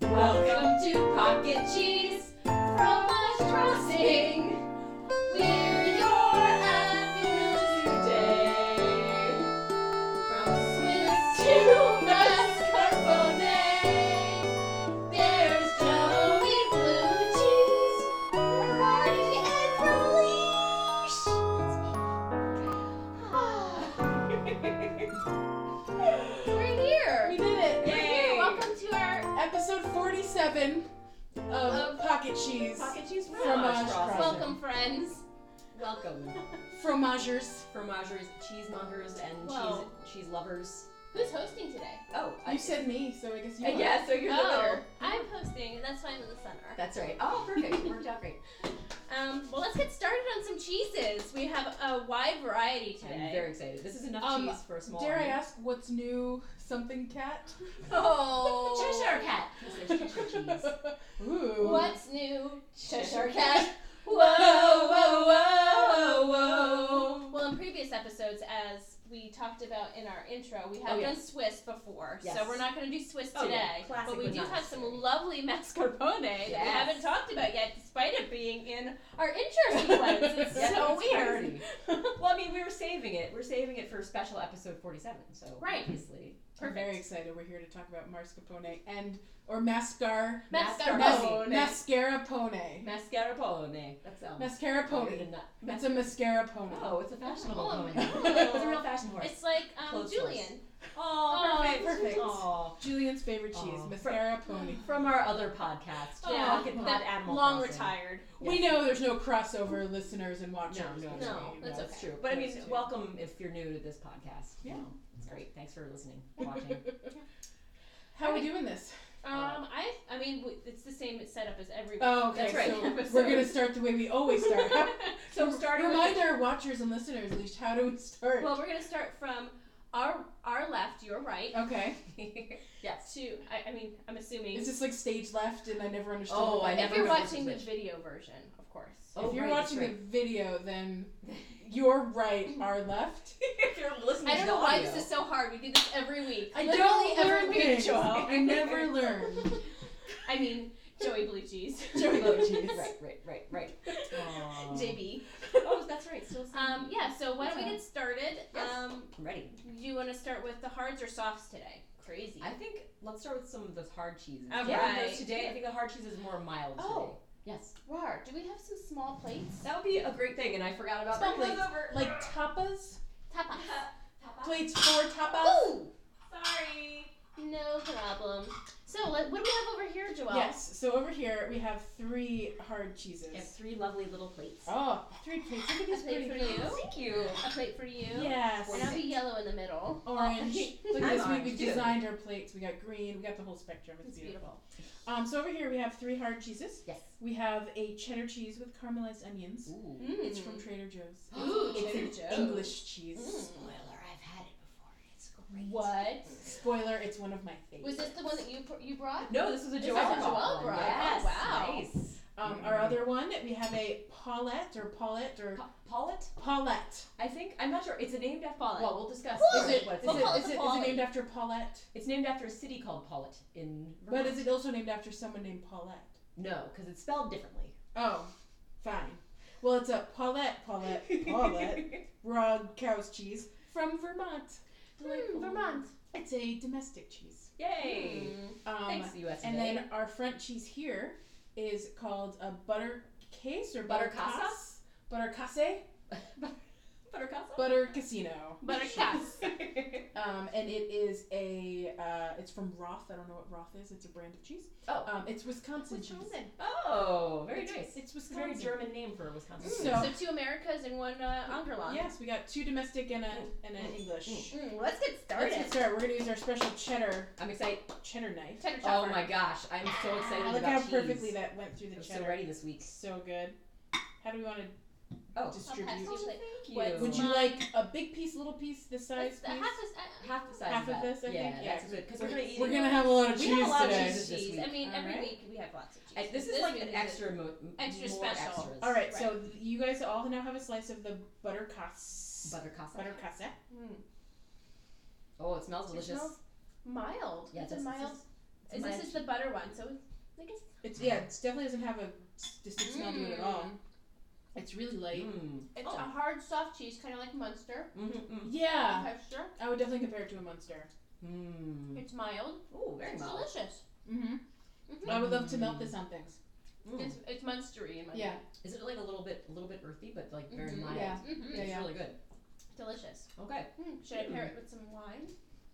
Welcome to Pocket Cheese from West Crossing. We're your avenues today. From Swiss to mascarpone, there's Joey Blue Cheese, Marty and Relish. We're here. We did it! We're here. Yay. Welcome to our Episode 47 of Of Pocket Cheese. Pocket cheese from Fromage Fromage crossing. welcome, friends. Welcome, Fromagers. fromagers, cheesemongers, and Whoa. cheese cheese lovers. Who's hosting today? Oh, You said me, so I guess you Uh, are. Oh. yeah. So you're the winner. I'm hosting, and that's why I'm in the center. That's right. Oh, perfect. It worked out great. Um, well, let's get started on some cheeses. We have a wide variety I'm today. very excited. This is enough Um, cheese for a small. Dare I audience. ask what's new? Something cat? Oh, Cheshire cat. Yes, there's Cheshire cheese. Ooh. What's new, Cheshire Cat? Whoa, whoa, whoa, whoa. Well, in previous episodes, as we talked about in our intro, we have Oh, yeah. done Swiss before, so Yes. we're not going to do Swiss Oh, yeah. today. Classic, but we but do not have some necessary. lovely mascarpone that we Yes. haven't talked about yet, despite it being in our intro sequence. It's Yeah, so it's weird. crazy. well, I mean, we were saving it. We're saving it for special episode 47. So Right. obviously, I'm very Perfect. excited. We're here to talk about mascarpone and, or mascar, Mascarpone. mascarpone. mascara pone. Mascarpone. That's um, Mascara weirder pony. than that. That's a mascara pony. Oh, it's a fashionable Oh, pony. oh. it's a real fashion horse. It's like um, Close Julian. Oh, Oh, perfect, perfect. perfect. Oh, Julian's favorite cheese, Aw. mascara pony. from our other podcast, Yeah, Pocket Pod Oh, that Animal long Crossing. retired. We know there's no crossover listeners and watchers. No, no, between no. you guys. That's okay. That's true. But I mean, Those two. welcome if you're new to this podcast. Yeah. it's great. Thanks for listening, watching. How are we doing this? Um, I, I mean, w- it's the same setup as every. Oh, okay. That's right. So Episode. we're gonna start the way we always start. so starting Remind with our watchers and listeners, Leash, how do we start? Well, we're gonna start from our our left, your right. okay. yes, To I, I mean, I'm assuming Is this like stage left, and I never understood. Oh, what I that if never you're was? remember watching the which. video version, of course. Oh, if you're right, that's watching the video, then your right, our left. if you're listening, I don't to know the why audio. this is so hard. We do this every week. I Literally don't learn every week, things. Joel. I never learn. I mean, Joey Blue Cheese. Joey Love Blue cheese. Right, right, right, right. Aw. JB. Oh, that's right. Still some- Um, yeah. So why don't we Okay. get started? Yes. Um, I'm ready. do you want to start with the hards or softs today? Crazy. I think let's start with some of those hard cheeses. All Yeah, right. those today, I think the hard cheese is more mild Oh. today. Yes, Rar. Do we have some small plates? that would be a great thing, and I forgot about Small that. plates. Like tapas, Tapas. plates for tapas. Ooh. Sorry. No problem. So let, what do we have over here, Joel? Yes. So over here we have three hard cheeses. We have three lovely little plates. Oh, three plates. Look at A these plate pretty for you. Thank you. A plate for you. Oh, Yes. And I'll be yellow in the middle. orange. Look at I'm this. We, orange, we've too. designed our plates. We got green. We got the whole spectrum. It's, It's beautiful. Um, so over here we have three hard cheeses. Yes. We have a cheddar cheese with caramelized onions. Ooh. It's from Trader Joe's. Mm. Ooh, It's Trader an Joe's. English cheese. Mm. Spoiler, I've had it before. It's great. What? Spoiler: It's one of my favorites. Was this the one that you pr- you brought? No, this is a This Joel is a Brock Joel one. Brock. Yes. Oh, wow. Nice. Um, Our other one, we have a Paulette or Paulette or Pa- Paulette? Paulette. I think, I'm not sure. It's named after Paulette. Well, we'll discuss Cool. Is later it? what it's We'll Is named call it, it is the it, is it Paulette. named after Paulette? It's named after a city called Paulette in But Vermont. is it also named after someone named Paulette? No, because it's spelled differently. Oh, fine. Well, it's a Paulette, Paulette, Paulette raw cow's cheese from Vermont. Hmm, Vermont. It's a domestic cheese. Yay. Hmm. Um, Thanks, US And today. then our front cheese here is called a butter case or Butter butter cas- Butter case? Buttercasa? Butter casino. Buttercups. Um, and it is a, uh, it's from Roth. I don't know what Roth is. It's a brand of cheese. Oh. Um, it's Wisconsin, cheese. Wisconsin. Oh, very it's, nice. It's It's a very Wisconsin. German name for Wisconsin. Mm. So, So- two Americas and one uh, Angerland. Yes, we got two domestic and a, and an English. Mm, let's get started. Let's get started. We're going to use our special cheddar, I'm excited. cheddar knife. Cheddar Oh chopper. my gosh, I'm so excited I like about Ah, how Ah, cheese. perfectly that went through the I'm cheddar. so ready this week. So good. How do we want to Oh. distribute. Oh, Thank you. What's Would mine? you like a big piece, little piece, this size piece? That's the half is, uh, I- half the size Half of, of that. this, I yeah, think? that's Yeah. good because we're gonna eat. We're it. gonna have a lot of We cheese got a lot of today. cheese. this I week. mean, every Alright. week we have lots of cheese. I- this, is like week an we did- extra, mo- Extra more special. Extras. All right, so you guys all now have a slice of the butter cas Butter casa. butter casa. Mm. Oh, it smells It delicious. smells mild. yeah, it's this a is- mild. it's Is mild. this is the butter one? So I guess It's yeah, it definitely doesn't have a s- distinct smell to it at all. It's really light. Mm. it's Oh. a hard, soft cheese, kind of like Munster Mm-hmm. Yeah, texture. I would definitely compare it to a Munster. Mm. It's mild. Oh, very it's mild. delicious. Mm-hmm. Mhm. I would love to melt this on things. Mm. It's it's Munstery in my Yeah, Is it like a little bit, a little bit earthy, but like very Mhm. mild? Yeah. Mm, hmm Yeah, It's yeah. really good. Delicious. Okay. Mm. Should I pair it with some wine?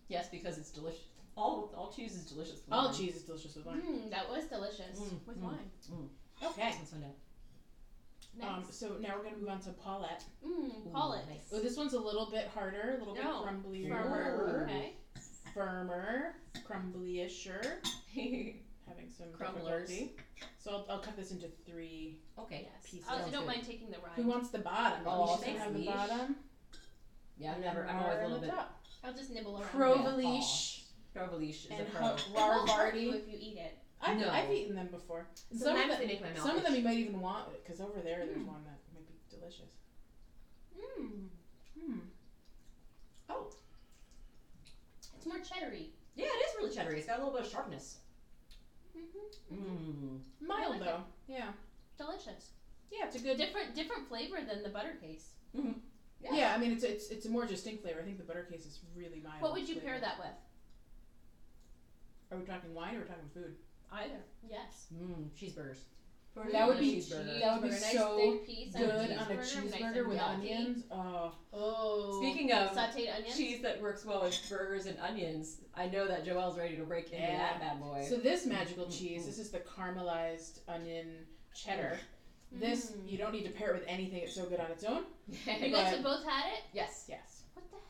Yes, because it's delicious. All all cheese is delicious. with all wine. cheese is delicious with wine. Mm, that was delicious Mm, with mm. wine. Okay. Let's find out. Um, Nice. so now we're gonna move on to Paulette. mm, Ooh, call it. nice. Oh, this one's a little bit harder, a little bit No, crumblier, Firmer. Ooh. Okay. firmer, crumblyish. Having some Crumblers. difficulty. So I'll, I'll cut this into three. okay. Yes. Piece I also sounds Oh, don't good. mind taking the Who rind. wants the bottom? Oh, Each thanks, have the Leash. bottom. Yeah, I've and never. then I'm always a little on bit. top. I'll just nibble around. Crow- Provolish Provolish is a and pro. It won't hurt you Larvardi. if you eat it. I've, No. I've eaten them before. And Some of Sometimes them, they make my mouth. some of them itch. you might even want because over there Hmm. there's one that might be delicious. Mm. Hmm. It's more cheddary. Yeah, it is really cheddar. It's got a little bit of sharpness. Mm-hmm. Mm. Mild like it. though. Yeah. Delicious. Yeah, it's a A good. different different flavor than the butter case. Yeah. Yeah. I mean it's it's it's a more distinct flavor. I think the butter case is really mild. What would you flavor. pair that with? Are we talking wine or are we talking food? Either. Yes. Mm. Cheeseburgers. For That would a be nice cheeseburger. That would be cheeseburger, a nice so thick piece on Good on a nice cheeseburger and with melty. onions. Oh, Oh. Speaking of sauteed onions. cheese that works well with burgers and onions, I know that Joelle's ready to break into Yeah. that bad boy. so this magical Mm, cheese. mm. This is the caramelized onion cheddar. This Mm. you don't need to pair it with anything. It's so good on its own. You guys have both had it. yes, Yes. What the hell?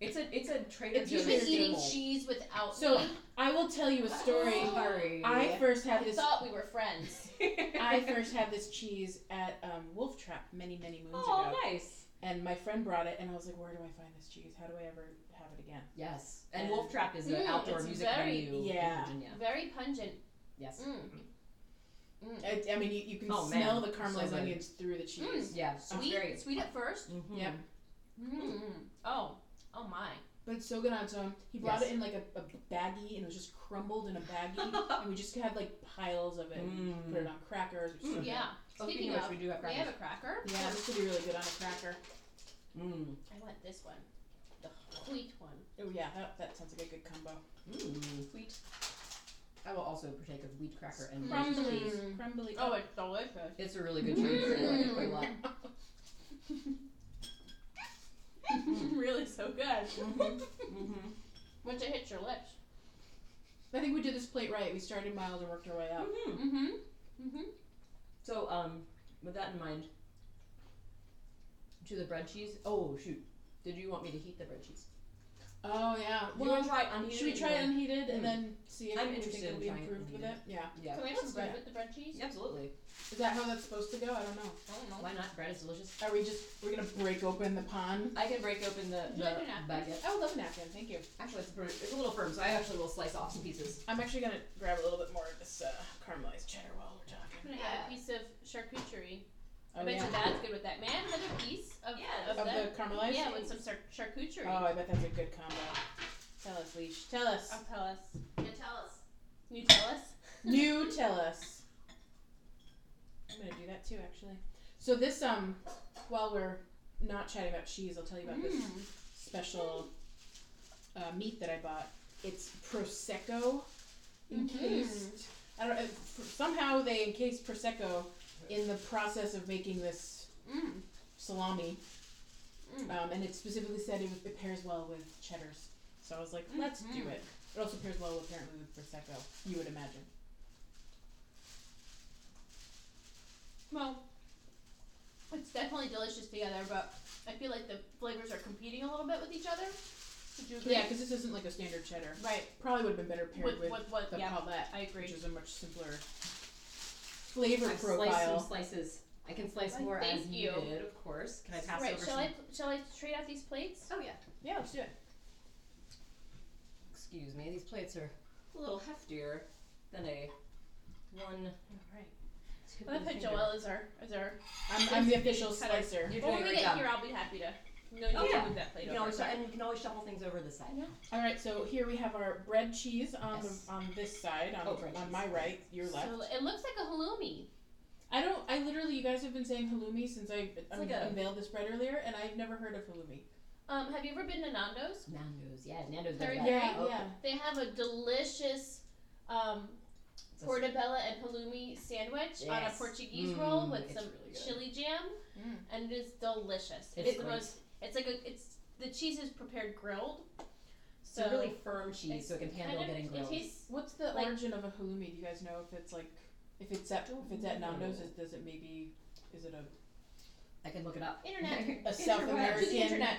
it's a it's a Trader It's You've Joe's usually been eating staple. cheese without So me. I will tell you a story. Oh. Sorry. I first I had this. thought we were friends. I first had this cheese at um, Wolf Trap many, many moons Oh, ago, nice. and my friend brought it, and I was like, "Where do I find this cheese? How do I ever have it again?" Yes. And And- Wolf Trap is an Mm, outdoor it's music very- venue Yeah. in Virginia. Very pungent. Yes. Mm. Mm. I, I mean, you, you can Oh, man. smell the So caramelized good. Mm. onions through the cheese, Yeah. Mm. Sweet. Very, Sweet at first. mm-hmm. Yep. Mm. Mm-hmm. Oh. Oh my. but it's so good on its own. He brought Yes. it in like a, a baggie, and it was just crumbled in a Oh, baggie, and we just had like piles of it. and Put it on crackers. It was so Mm. good. Yeah. Oh, Speaking of of, which, we do have We crackers. have a cracker. Yeah, this would be really good on a cracker. Mm. I want this one. The wheat one. Oh yeah, that, that sounds like a good combo. Mm. Wheat. I will also partake of wheat cracker and Crumbly. Welsh's cheese. Mm. Crumbly. Oh, it's delicious. It's a really good cheese. I like it quite a lot. really so good. Mhm. Mm-hmm. Once it hits your lips. I think we did this plate right. We started mild and worked our way up. Mm-hmm. Mm-hmm. Mm-hmm. So, um, with that in mind, to the bread cheese. Oh shoot! Did you want me to heat the bread cheese? Oh yeah. Do you Well, wanna try unheated should we or- try it unheated Mm. and then see if I'm we interested think it'll in be trying improved with it? unheated. Yeah. Yeah. Can we have some Let's bread do with the bread cheese? Yeah, absolutely. Is that how that's supposed to go? I don't know. I don't know. Why not? Bread is delicious. Are we just we're gonna break open the pan? I can break open the, Would you like the a napkin? baguette. I would love a napkin. Thank you. Actually, it's, pretty, it's a little firm, so I actually will slice off some pieces. I'm actually gonna grab a little bit more of this uh, caramelized cheddar while we're talking. I'm gonna add a piece of charcuterie. I Oh bet yeah. you that's good with that. May I have another piece of, Yeah, of Of that? the caramelized. Oh, yeah, with some char- charcuterie. Oh, I bet that's a good combo. Tell us, leash. Tell us. I'll Oh, tell us. Yeah, tell us. Can you tell us? You tell us. I'm gonna do that too, actually. So this um, while we're not chatting about cheese, I'll tell you about this Mm. special uh, meat that I bought. It's prosecco Mhm. Mm-hmm. encased. I don't. uh, f- Somehow they encased prosecco in the process of making this Mm. salami, Mm. um, and it specifically said it, it pairs well with cheddars. So I was like, let's do Mhm. it. It also pairs well apparently with prosecco. You would imagine. Well, it's definitely delicious together, but I feel like the flavors are competing a little bit with each other. Would you agree? Yeah, because this isn't like a standard cheddar. Right. Probably would have been better paired With, with, with, what? the Yeah, paulette, I agree. which is a much simpler flavor I've sliced profile. some slices. I can slice Why, more thank as you. needed, of course. Can I pass right, over shall some? I shall I trade out these plates? Oh yeah. Yeah, let's do it. Excuse me. These plates are a little heftier than a one. Alright. tip I'm gonna of the put finger. Joel as our as our. I'm, I'm the official slicer. Well, You're doing a when we great get job. here, I'll be happy to. No, you Oh, can yeah. move that plate You can over. always shu- and you can always shuffle things over to the side. Yeah. All right, so here we have our bread cheese on Yes. the, on this side, on, Oh, bread on cheese. my right, your left. So it looks like a halloumi. I don't. I literally, you guys have been saying halloumi since I un- like a- unveiled this bread earlier, and I've never heard of halloumi. Um, have you ever been to Nando's? Nando's, yeah, Nando's does Very that. good. Oh, yeah. They have a delicious um, it's a- portobello and halloumi sandwich on a Yes. Portuguese Mm, roll with it's some really good. chili jam, Mm. and it is delicious. It's It's, the great. most. It's like a. It's the cheese is prepared grilled. It's a really firm cheese, so it can it's handle kind of- getting It grilled. tastes. What's the Like- origin of a halloumi? Do you guys know if it's like, if it's at if it's at Nando's, is, does it maybe, is it a I can look it up. Internet. a South Interwebs. To the American? internet.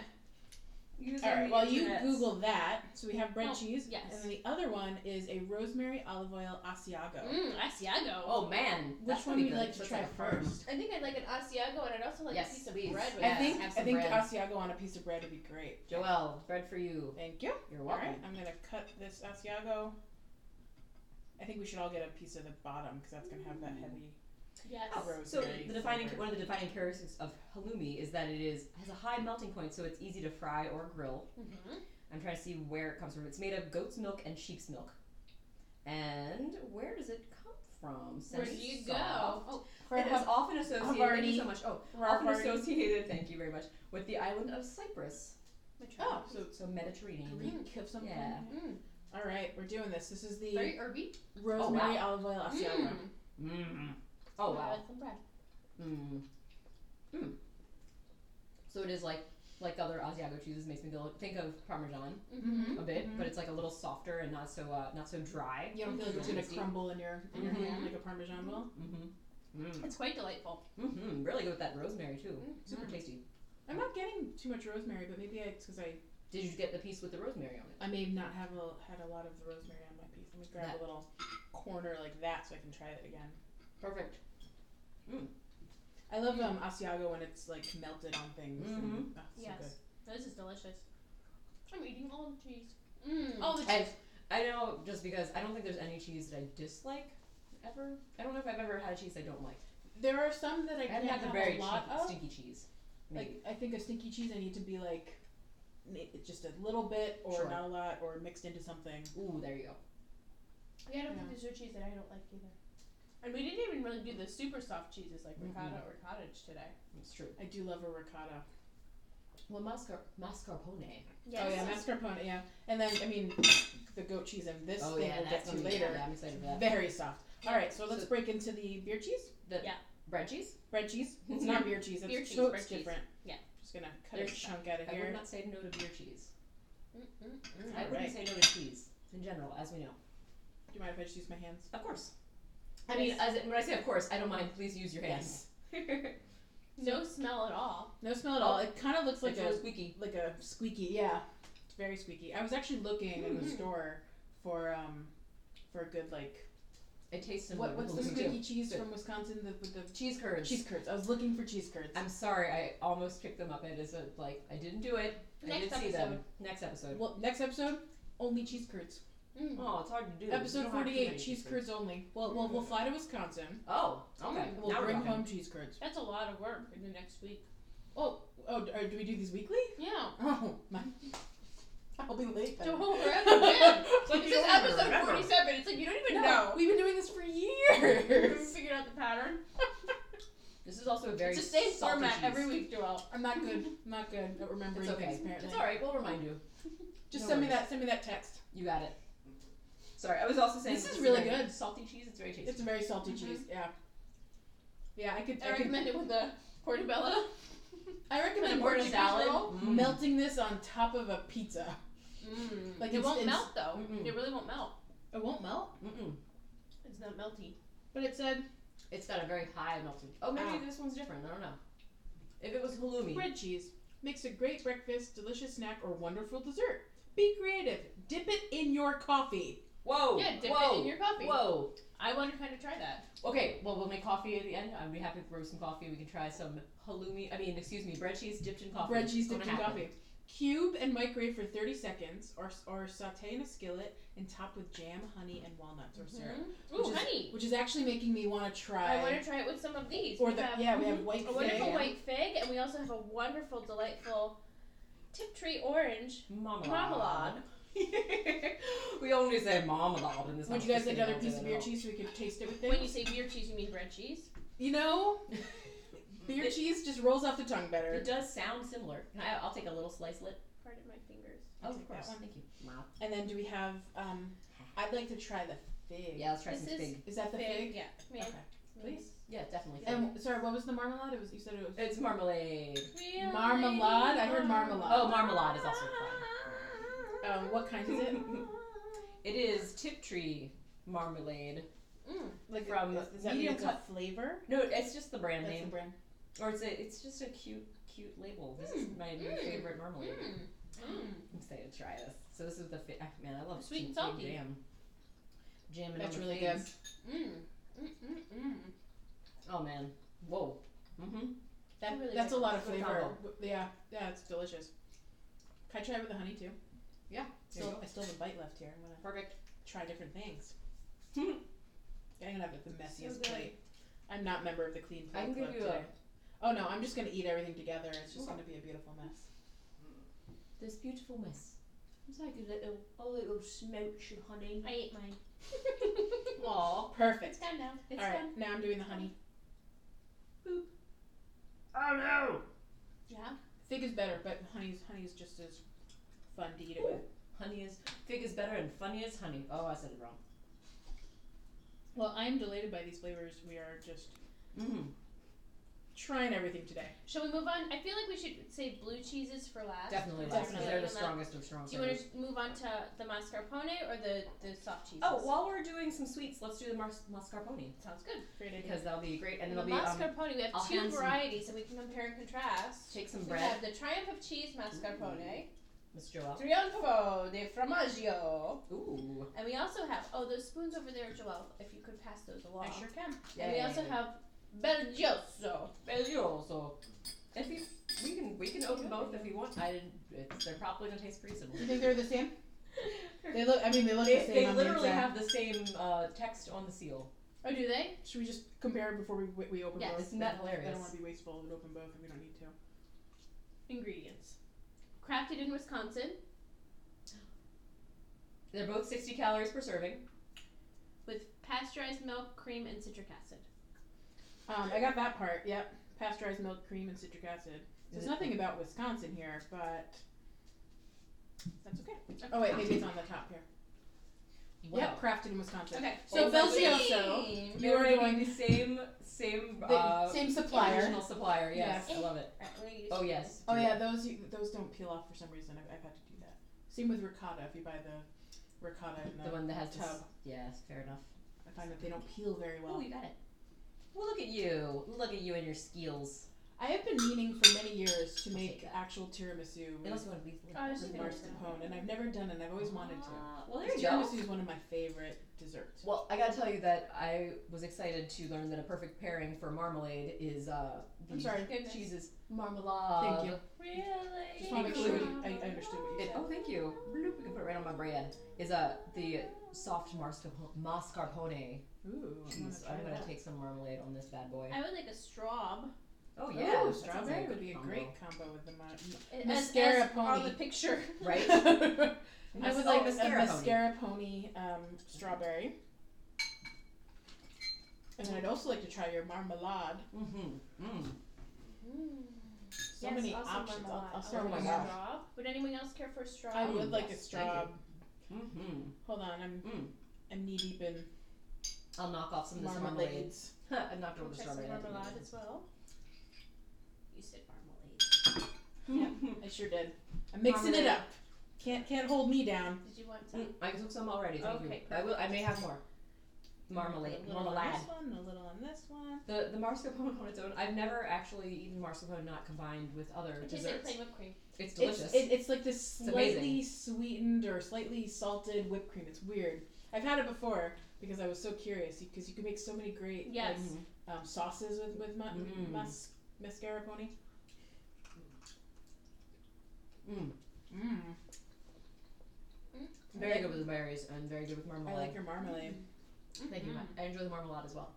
All right. Well, you Google that. So we have bread Oh, cheese. yes. And then the other one is a rosemary olive oil asiago. Mm, Mmm, Asiago. Oh man, Which that's one would gonna be you good. like to That's try a firm. first? I think I'd like an Asiago, and I'd also like Yes, a piece of please. bread with Yes, I think it. have I some think bread. asiago on a piece of bread would be great. Joelle, bread for you. Thank you. You're All right, welcome. I'm gonna cut this Asiago. I think we should all get a piece of the bottom because that's gonna have that heavy. Yes. Oh, so Rosemary the defining flavor. one of the defining characteristics of halloumi is that it is has a high melting point, so it's easy to fry or grill. Mhm. I'm trying to see where it comes from. It's made of goat's milk and sheep's milk. And where does it come from? Where do Since you it's go? soft. Oh, For it is Hav- often associated. Thank you Havarti. so much. Oh, often Havarti. associated. Thank you very much with the island of Cyprus. Oh, so So Mediterranean. Greek of something. Yeah. Mm, All right, we're doing this. This is the very herby. oh, rosemary olive oil Asiago. Mm. Mm. Oh wow. With some bread. Mm. Mm. So it is like like other Asiago cheeses makes me go- think of Parmesan Mhm. a bit, Mhm. but it's like a little softer and not so uh, not so dry. You don't feel like it's gonna Mhm. crumble in your in your hand Mhm. like a parmesan will. Mm-hmm. Mm. It's quite delightful. Mm-hmm. Really good with that rosemary too. Mhm. Super tasty. I'm not getting too much rosemary, but maybe I, it's because I Did you get the piece with the rosemary on it? I may not have a, had a lot of the rosemary on my piece. Let me grab That- a little corner like that so I can try it again. Perfect. I love um Asiago when it's like melted on things. And, oh, it's so Yes. good. This is delicious. I'm eating all the cheese. Mm. All the And I know just because I don't think there's any cheese that I dislike ever. I don't know if I've ever had a cheese I don't like. There are some that I I haven't can't had have the very a lot cheap, of. stinky cheese. Maybe. Like I think a stinky cheese, I need to be like ma- just a little bit or Sure. not a lot or mixed into something. Ooh, there you Yeah, go. I don't Yeah. think there's a cheese that I don't like either. And we didn't even really do the super soft cheeses like Mm-hmm. Mm-hmm. ricotta or cottage today. It's true. I do love a ricotta. Well, mascar- mascarpone. Oh yeah, mascarpone. Yeah, and then I mean the goat cheese and this oh thing yeah, we'll get that's to gonna be- later. Yeah, I'm excited for that. Very soft. Yeah. All right, so let's So- break into the beer cheese, Bread cheese. bread cheese. It's not beer cheese. It's Beer cheese, so bread it's cheese. different. Yeah. Just gonna cut a There's- chunk out of I would here. not say no to beer cheese. Mm-mm-mm. I wouldn't Alright. say no to cheese in general, as we know. Do you mind if I just use my hands? Of course. I mean, as it, when I say of course, I don't mind. Please use your hands. No smell at all. No smell at all. It kind of looks like It's a really squeaky. like a squeaky. Yeah, it's very squeaky. I was actually looking in the Mhm. store for um for a good like It tastes similar. what, what's to the halloumi, too. squeaky cheese Good. from Wisconsin? The with the Cheese curds. cheese curds. I was looking for cheese curds. I'm sorry, I almost picked them up. It is a, like I didn't do it. I Next did see them. Next episode. well, next episode only cheese curds. Mm. Oh, it's hard to do. You Episode don't have too forty-eight, many cheese curds only. Well, we'll we'll fly to Wisconsin. Oh, okay. We'll now we're bring talking. home cheese curds. That's a lot of work in the next week. Oh, d- or do we do these weekly? Yeah. Oh my! I'll be late. then. Don't we're at the gym. Like, This you is don't even episode remember. 47. It's like you don't No, even know. we've been doing this for We years. figured out the pattern. This is also a very it's the same salty format cheese. every week, Joel. I'm not good. I'm not good at remembering It's okay. things. Apparently, It's all right. We'll remind you. just No send me worries. that. Send me that text. You got it. Sorry, I was also saying This is really very good. Salty cheese. It's very tasty. It's a very salty Mhm. cheese. Yeah. Yeah, I could. I Mm-hmm. I, could, recommend it with a portobello. I with recommend a more Portuguese salad. roll. Mm. Melting this on top of a pizza. Mm. Like, it it's- won't it's- melt though. Mm-mm. It really won't melt. It won't melt, Mm-mm. It's not melty. but it said It's got a very high melting. Oh, maybe Ah. this one's different. I don't know. If it was halloumi, bread cheese makes a great breakfast, delicious snack, or wonderful dessert. Be creative. Dip it in your coffee. Whoa. Yeah, dip whoa, it in your coffee. Whoa. I wonder if I to try that. Okay, well, we'll make coffee at the end. I'd be happy to brew some coffee. We can try some halloumi. I mean, excuse me, bread cheese dipped in coffee. Bread cheese It's gonna dipped in happen. coffee. Cube and microwave for 30 seconds or, or saute in a skillet and top with jam, honey, and walnuts or syrup. Mm-hmm. Ooh, Which is- honey. Mm-hmm. Which is actually making me want to try. I want to try it with some of these. or We the, have yeah, we have Mm-hmm. white a wonderful fig. white fig, and we also have a wonderful, delightful tip tree orange Marmalade. marmalade. we only say marmalade in this. Would house, you guys just like kidding, another I don't piece of say that beer at all. cheese so we could taste everything? When you say beer cheese, you mean bread cheese. You know, beer cheese just rolls off the tongue better. It does sound similar. Can I, I'll take a little slice lit. Pardon my fingers. I'll take that one. Oh, Thank you. Wow. And then do we have? um I'd like to try the fig. Yeah, let's try This some is- fig. Is that the fig? Yeah. May I- Okay. Please. Yeah, definitely fig. And sorry, what was the marmalade? It was you said it was. Um, it's marmalade. Really? Marmalade? I heard marmalade. Oh, marmalade is also Um, what kind is it? It is Tiptree marmalade. Mm. Like From is, that mean medium it's a cut- flavor? No, it's just the brand That's the name, brand. or it's a, Hmm, it's just a cute, cute label. This is my new Mm. favorite marmalade. Mm. Mm. I'm excited to try this. So this is the fi- ah, man. I love Sweet and tea salty. jam. Jam and That's other really things. Mm. Mm. Mm. Mm. Oh man. Whoa. Mm-hmm. That, really that's a good. lot of Good flavor. combo. W- Yeah, yeah, it's delicious. Can I try it with the honey too? Yeah, there you Still, go. I still have a bite left here. I'm gonna Perfect. try different things. Hmm. I'm gonna have the messiest good. plate. I'm not member of the clean plate I can club give you today. a Oh no, I'm just gonna eat everything together. It's just Okay. gonna be a beautiful mess. this beautiful mess. It's like a little, a little smooch of honey. I ate mine. Aw. It's Oh, Perfect. done now. It's All right, done. now I'm doing the honey. Oh no. Yeah. Fig is better, but honey's honey is just as fun to eat it with. Honey is fig is better and funny is honey. Oh, I said it wrong. Well, I'm delighted by these flavors. We are just Mm. trying everything today. Shall we move on? I feel like we should say blue cheeses for last. Definitely, Definitely. last, 'cause they're the And then- strongest of strong Do you want flavors. to move on to the mascarpone or the, the soft cheeses? Oh, while we're doing some sweets, let's do the mas- mascarpone sounds good. Great idea. because that'll be great, and the it'll be um, mascarpone, we have I'll two hand some- varieties, and we can compare and contrast. take some We bread, have the Triumph of Cheese mascarpone, Miss Joelle. Triunfo de Formaggio, Ooh, and we also have oh those spoons over there, Joelle. If you could pass those along. I sure can. And we also have Belgioso. Belgioso. If you, we can we can open both if you want. I didn't. It's, they're probably gonna taste pretty similar. You think they're the same? They look. I mean, they look the They, same. they on literally the inside. have the same uh, text on the seal. Oh, do they? Should we just compare before we we open Yes, both? isn't that I hilarious? don't want to be wasteful and open both, and we don't need to. Ingredients. Crafted in Wisconsin They're both 60 calories per serving. with pasteurized milk, cream, and citric acid. Um, I got that part. Yep. Pasteurized milk, cream, and citric acid. There's Is it- nothing about Wisconsin here, but that's okay. Okay. Oh wait, maybe it's on the top here. Yep, crafted in Wisconsin. Okay. So Oh, Belgioso, Cream. you are They're going going the same same the uh, same supplier. original supplier. Yes, I love it. Alright, I'm gonna use Oh yes. Oh do yeah, it. those you, those don't peel off for some reason. I've, I've had to do that. Same with ricotta. If you buy the ricotta in the, The one that has this. tub, Yes, fair enough. I find that they don't peel very well. Oh, you got it. Well, look at you. Look at you and your skills. I have been meaning for many years to I'll take make that. actual tiramisu They with, also want to be. Oh, this is with gonna be mascarpone, and I've never done it. and I've always wanted to. Ah, Well, there you go. tiramisu is one of my favorite desserts. Well, I gotta tell you that I was excited to learn that a perfect pairing for marmalade is uh. I'm these sorry. Goodness. Cheeses Uh, marmalade. Thank you. Really? Just wanna make sure we- I- I understood what you It, oh, thank you. Bloop, I can put it right on my bread. Is uh the soft mascarpone. mascarpone. Ooh, I'm gonna Cheese. try I'm gonna that. take some marmalade on this bad boy. I would like a straw. Oh Ooh, yeah, that sounds strawberry like would be a combo. great combo with the mar- As- Mascara as pony. on the picture. Right? I would Oh, like mascara a pony. mascara pony um, strawberry. And I'd also like to try your marmalade. Mm-hmm. Mm. So Yes, many also options. I'll, marmalade. I'll Also start Oh with my straw. gosh. straw. Would anyone else care for a straw? I would Mm, like a yes, thank straw. Mm-hmm. Hold on, I'm Mm. I'm knee deep in I'll knock off some of this marmalade. marmalades. I knocked I'll over the try some strawberry. I didn't marmalade mean as well. You said marmalade. to. I sure did. I'm mixing it Marmalade. up. Can't can't hold me down. Did you want some? Mm, I took some already. Thank you. Okay, I will. I may have more. Marmalade, A little on marmalade. this one, a little on this one. The the mascarpone on its own. I've never actually eaten mascarpone not combined with other It tastes like desserts. plain whipped cream. It's It's, delicious. it, it's like this It's amazing. slightly sweetened or slightly salted whipped cream. It's weird. I've had it before because I was so curious because you can make so many great like, Yes. Mhm. um, sauces with with mu- Mm. mus- mascarpone. Mm. Mm. Very good with the berries and very good with I marmalade. like your marmalade. Mm-hmm. Thank you. Ma- I enjoy the marmalade as well.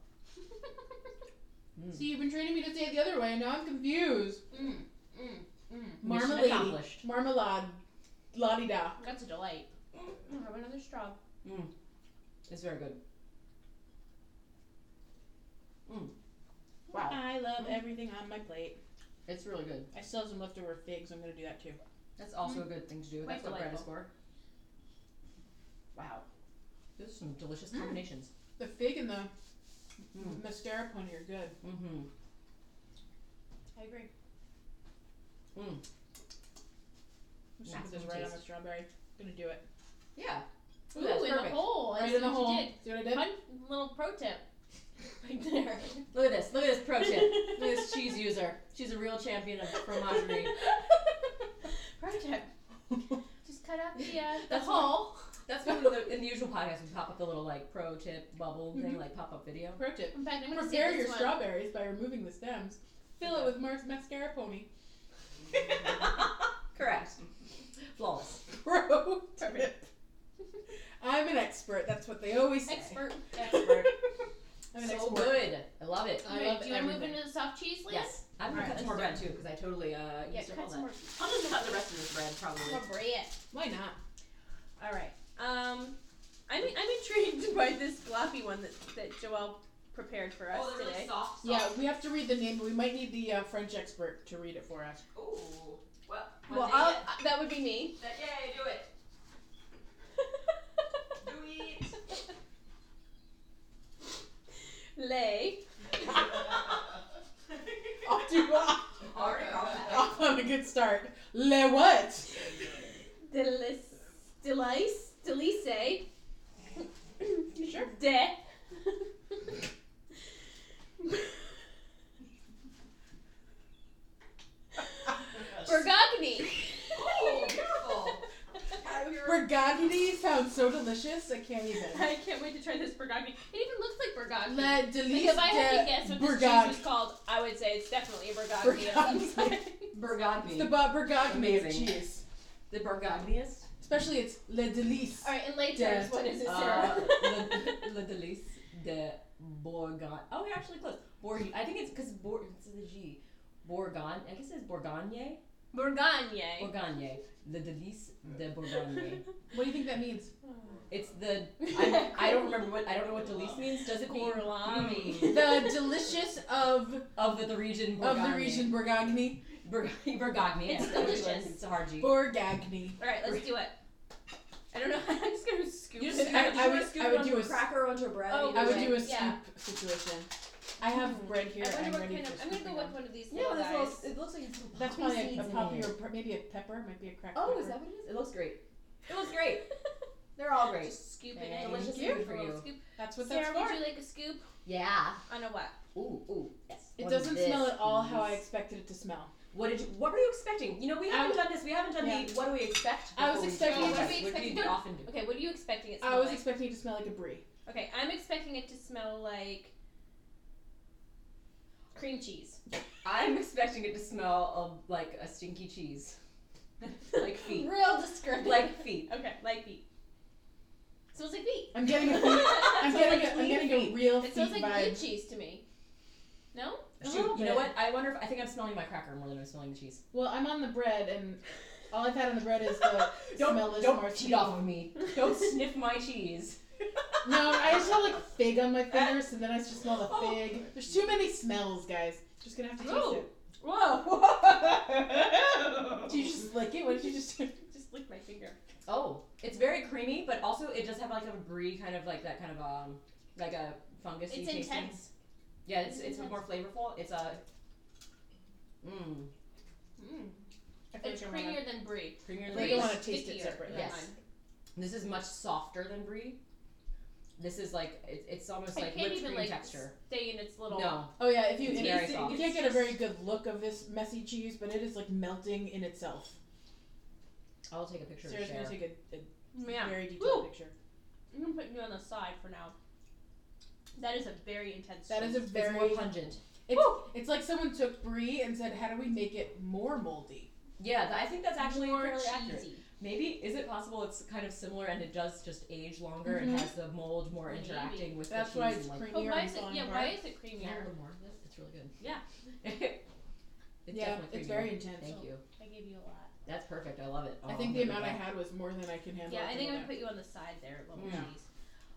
Mm. See, you've been training me to say it the other way, and now I'm confused. mm, mm, mm. Mission Marmalade. accomplished. Marmalade, la di da. That's a delight. Mm, Have another straw. It's very good. Mm. Wow. I love everything on my plate. It's really good. I still have some leftover figs. I'm gonna do that too. That's also a good thing to do. Quite That's what bread is delightful. for. Wow. Those are some delicious Mm. combinations. The fig and the Hmm. Mm. mascarpone are good. Mm-hmm. I agree. Mm. I'm just gonna put this Maximum right on taste. the strawberry. Gonna do it. Yeah. Ooh, that's in perfect. the hole. I right see in the what hole. You See what I did. did? Fun little pro tip. Right there. Look at this. Look at this pro tip. Look at this cheese user. She's a real champion of fromagerie. pro tip. Just cut up the, uh, the That's hole. That's one of the in the usual podcast we pop up the little like pro tip bubble thing, Mhm. like pop up video. Pro tip. In fact, I'm gonna Prepare save your this one. strawberries by removing the stems. Fill it with Mark's mascarpone. Correct. Flawless. Pro tip. I'm an expert. That's what they always say. Expert. Expert. I'm an so expert. good. I love it. I Alright, love do you want to move everything. into the soft cheese land? Yes. I'm gonna Alright, cut some more bread let's too because I totally uh Yeah, used up all cut some more that. I'm gonna cut the rest of this bread probably. Cornbread. Why not? All right. Um, I'm, I'm intrigued by this floppy one that, that Joelle prepared for us today. soft. Yeah, we have to read the name, but we might need the uh, French expert to read it for us. Ooh. Well, well, I'll, I- that would be me. yeah, do it. Do it. Lay. Off to off on a good start. Le what? Delis. Delice. Delice. Sure. De. Burgogny. Oh, beautiful. Burgundy sounds so delicious. I can't even. I can't wait to try this burgogny. It even looks like burgogny. Le delice Because I had to de guess what this Bourgogne. cheese was called, I would say it's definitely a Burgundy. Burgundy. It's Burgundy. the bu- Burgundy of Amazing. cheese. The Burgundiest. Especially it's le delice. All right, in late Yeah. terms, what is it, Sarah? Uh, le, le Delice de Bourgogne. Oh, you're actually close. Bourg- I think it's because Bour- it's the G. Bourgogne. I guess it's Bourgogne. Bourgogne. Bourgogne. Le Delice de Bourgogne. What do you think that means? It's the. I'm, I don't remember Hmm. what. I don't know what Delice means. Does it mean Gourlami. The delicious of of the, the region Bourgogne? of the region Burgundy. Bourgogne. Bourgogne. It's yeah, that's what it delicious. was. It's a hard G. Burgundy. All right, let's do it. I don't know. I'm just gonna scoop You it. just, out. I, I would- would, scoop I it would onto do a a s- cracker onto a bread. Oh, and I you would Okay, do a scoop yeah. Hmm. situation. I have bread here. I I'm wonder what ready kind for of. I'm gonna go scooping with up. one of these Yeah, little well, this guys. looks, it looks like it's little That's poppy probably seeds a, a in poppy it. or per- maybe a pepper, might be a cracked Oh, pepper. is that what it is? It looks great. It looks great. They're all great. Just scooping Thank it. Delicious Give food it a for little you. Scoop. That's what Sarah, that's for. would you like a scoop Yeah. on a what? Ooh, ooh, yes. It One doesn't this, smell at all how I please. expected it to smell. What did you? What were you expecting? You know, we I haven't done this. We haven't done the. What do we expect? I was before we expecting- do what this, we which expected- we don't- often do. Okay, what are you expecting it to I smell was like? expecting it to smell like a brie. okay, I'm expecting it to smell like cream cheese. I'm expecting it to smell of like a stinky cheese, like feet, Real descriptive. like feet. Okay, like beet. Smells like beet. I'm getting a It feet, I'm Smells getting like a, I'm getting clean a real feet smells like blue vibe. cheese to me. No? a Shoot, little you know bit. what? I wonder if I think I'm smelling my cracker more than I'm smelling the cheese. Well, I'm on the bread, and all I've had on the bread is uh, the Don't smellless don't marshmallow. cheat off of me. Don't sniff my cheese. No, I just have like fig on my fingers, and then I just smell Oh. the fig. There's too many smells, guys. Just gonna have to taste Ooh. Oh. it. Whoa! Did you just lick it? What did you just do? just lick my finger. Oh, it's very creamy, but also it does have like a brie kind of like that kind of um like a fungusy It's tasting. intense. Yeah, it's it's Intense. more flavorful. It's a mm, Mm. I feel It's like I wanna- creamier than brie. creamier Like than I brie. wanna taste it stickier separate. than Yes. mine. This is much softer than brie. This is like it, it's almost It like can't whipped even cream like texture. stay in its little. No, Oh yeah, if you It's it very is- soft. you can't get a very good look of this messy cheese, but it is like melting in itself. I'll take a picture Sarah's of Cher. gonna take a, a Yeah. Oh, very detailed Woo. picture. I'm gonna put you on the side for now. That is a very intense. That is a cheese. It's more very. pungent. It's, it's like someone took brie and said, "How do we make it more moldy?" Yeah, th- I think that's actually more fairly cheesy. accurate. Maybe is it possible it's kind of similar and it does just age longer Mhm. and has the mold more Maybe. interacting with That's the why cheese it's and like, creamier. But why and is it? falling Yeah, apart. why is it Can I have a creamier? little more of this? It's really good. Yeah. it's yeah, definitely it's creamier. very intense. Thank you. I gave you a lot. That's perfect. I love it. I Oh, think I'm the gonna amount I go back. had was more than I can handle. Yeah, I at think the I'm moment. gonna put you on the side there. Little Yeah. cheese.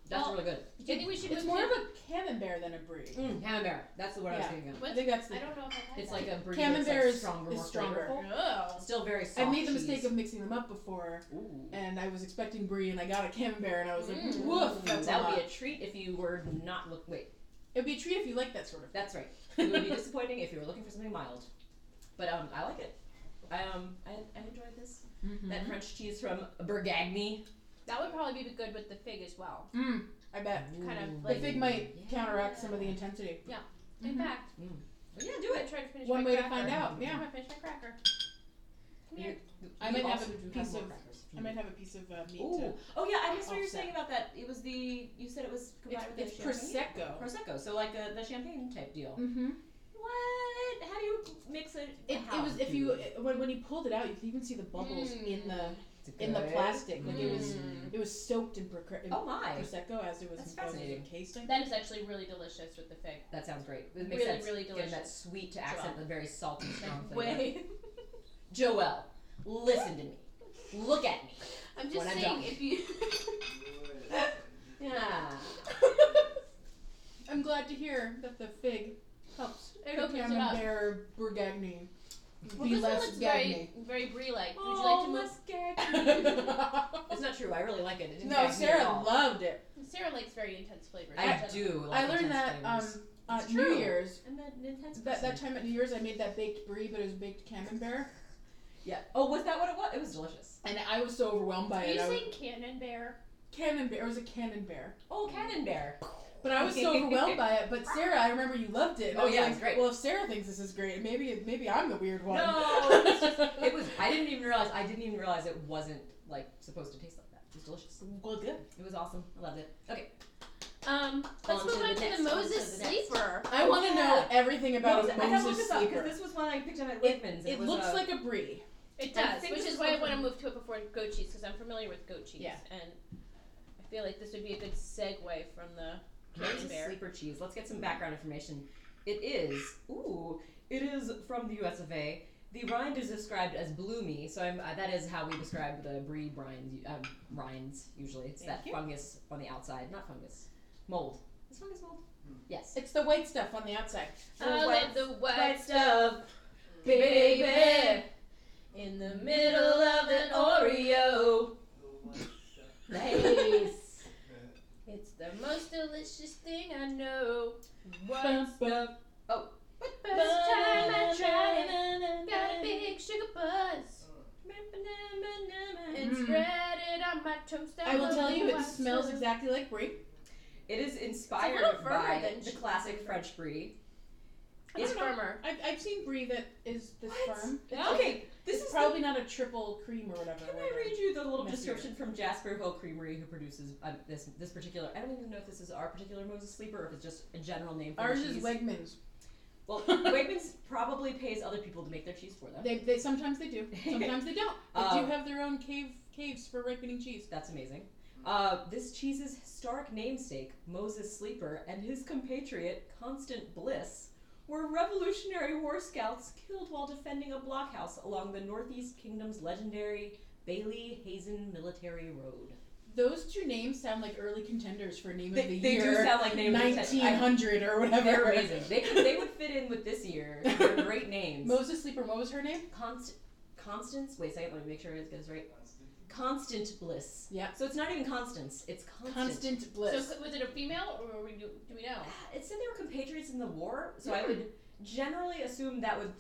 That's Well, really good. Do you think we should? It's move more of to- a camembert than a brie. Mm, camembert. That's what I was Yeah. thinking of. What? I think that's the. I don't know if I've had It's that. like a brie Camembert that's like is- stronger, is more stronger. flavorful. Oh. Still very soft. I made the cheese. mistake of mixing them up before, Ooh. and I was expecting brie, and I got a camembert, and I was like, Mm. "Woof, that's that a would lot." be a treat if you were not look. Wait, It would be a treat if you like that sort of. that's right. It would be thing. disappointing if you were looking for something mild. But um, I like it. I um, I, I enjoyed this. Mm-hmm. That French cheese from Burgagny. That would probably be good with the fig as well. Mm, I bet. kind of The like- fig might Yeah. counteract some of the intensity. In Mhm. fact, Yeah, do I it. tried to finish One my way to cracker. find out. I'm Yeah, gonna finish my cracker. Come You- here. I you might have also a do piece more of- crackers if I you might have a piece of uh, meat. Ooh. Oh yeah, I missed what you were offset. saying about that. It was the you said it was To, combined it's with it's the champagne. prosecco. Prosecco. So like a, the champagne type deal. Mm-hmm. What? How do you mix it? It, it How was if do you it- when when you pulled it out, you could even see the bubbles in the It's in the good. plastic. Like it was Mm. it was soaked in, proc- in Oh my. prosecco as it was as it That's was fascinating. encased. in. That is actually really delicious with the fig. That sounds great. It makes Really, sense. really Getting that delicious. sweet to accent the very salty strong flavor. Way. Joelle, listen to me. Look at me. I'm just When I'm saying, done. if you. Yeah. I'm glad to hear that the fig helps. It the opens it up. camembert Burgagny well, be this one less looks very, Gagny. very brie-like. Would you like Oh, to move? let's get- It's not true. I really like it. it didn't no, gag me at Sarah all. loved it. Sarah likes very intense flavors. in I general. do. Like I learned that intense um flavors. uh, It's New true. Year's I'm an intense That, that person. time at New Year's, I made that baked brie, but it was baked camembert, yeah. Oh, was that what it was? It was delicious. and I was so overwhelmed by Are it. you I was, saying cannon bear? camembert, it was a camembert, Oh, Cannon Bear. but I was so overwhelmed by it. But Sarah, I remember you loved it. and I Oh, was yeah, like, it's great. Well, if Sarah thinks this is great, maybe maybe I'm the weird one. No, it was just- It was. I didn't even realize. I didn't even realize it wasn't like supposed to taste like that. It was delicious. well, good. It was awesome. I loved it. Okay. Um, let's On move to the on to next, the on to Moses the next. sleeper. I want to know Yeah. everything about Moses- a I gotta look Moses this up because sleeper. this was one I picked up at Wakeman's. it was looks a- like a brie. It I does, think which this is is why I one want to from- move to it before goat cheese because I'm familiar with goat cheese, Yeah. and I feel like this would be a good segue from the Moses cannon bear. sleeper cheese. Let's get some background information. It is. Ooh. It is from the U.S. of A. The rind is described as bloomy, so I'm, uh, that is how we describe the brie brines, um, rinds usually. It's Thank that you. fungus on the outside, not fungus, mold. Is fungus mold? Hmm. Yes. It's the white stuff on the outside. I love the white stuff, baby in the middle of an Oreo. Nice. It's the most delicious thing I know. Bum, Once bum. First time I tried it, got a big sugar buzz and Mm. spread it on my toast. I will love tell the you, it white smells stuff. exactly like brie. It is inspired little firmer by than the cheese. classic French brie. I don't It's know. firmer. I've, I've seen brie that is this What? firm. Okay, this It's is probably not a triple cream or whatever. The, can I read you the little Messier. description from Jasper Hill Creamery, who produces um, this this particular? I don't even know if this is our particular Moses sleeper or if it's just a general name for the Ours is cheese. Wegmans. well, Wegmans probably pays other people to make their cheese for them. They, they sometimes they do. Sometimes they don't. They Um, do have their own cave caves for ripening cheese. That's amazing. Mm-hmm. Uh, this cheese's historic namesake, Moses Sleeper, and his compatriot, Constant Bliss, were Revolutionary War scouts killed while defending a blockhouse along the Northeast Kingdom's legendary Bailey Hazen Military Road. Those two names sound like early contenders for name They, of the they year. do sound like names. of the Nineteen time. hundred or I- They're whatever. amazing. They, could- they would fit in with this year. They're great names. Moses Sleeper. What was her name? Const- Constance. Wait a second. Let me make sure I get this right. Constant Bliss. Yeah. So it's not even Constance. It's Constant. Constant Bliss. So was it a female or were we, do do we know? It said they were compatriots in the war, so I Hmm. would generally assume that would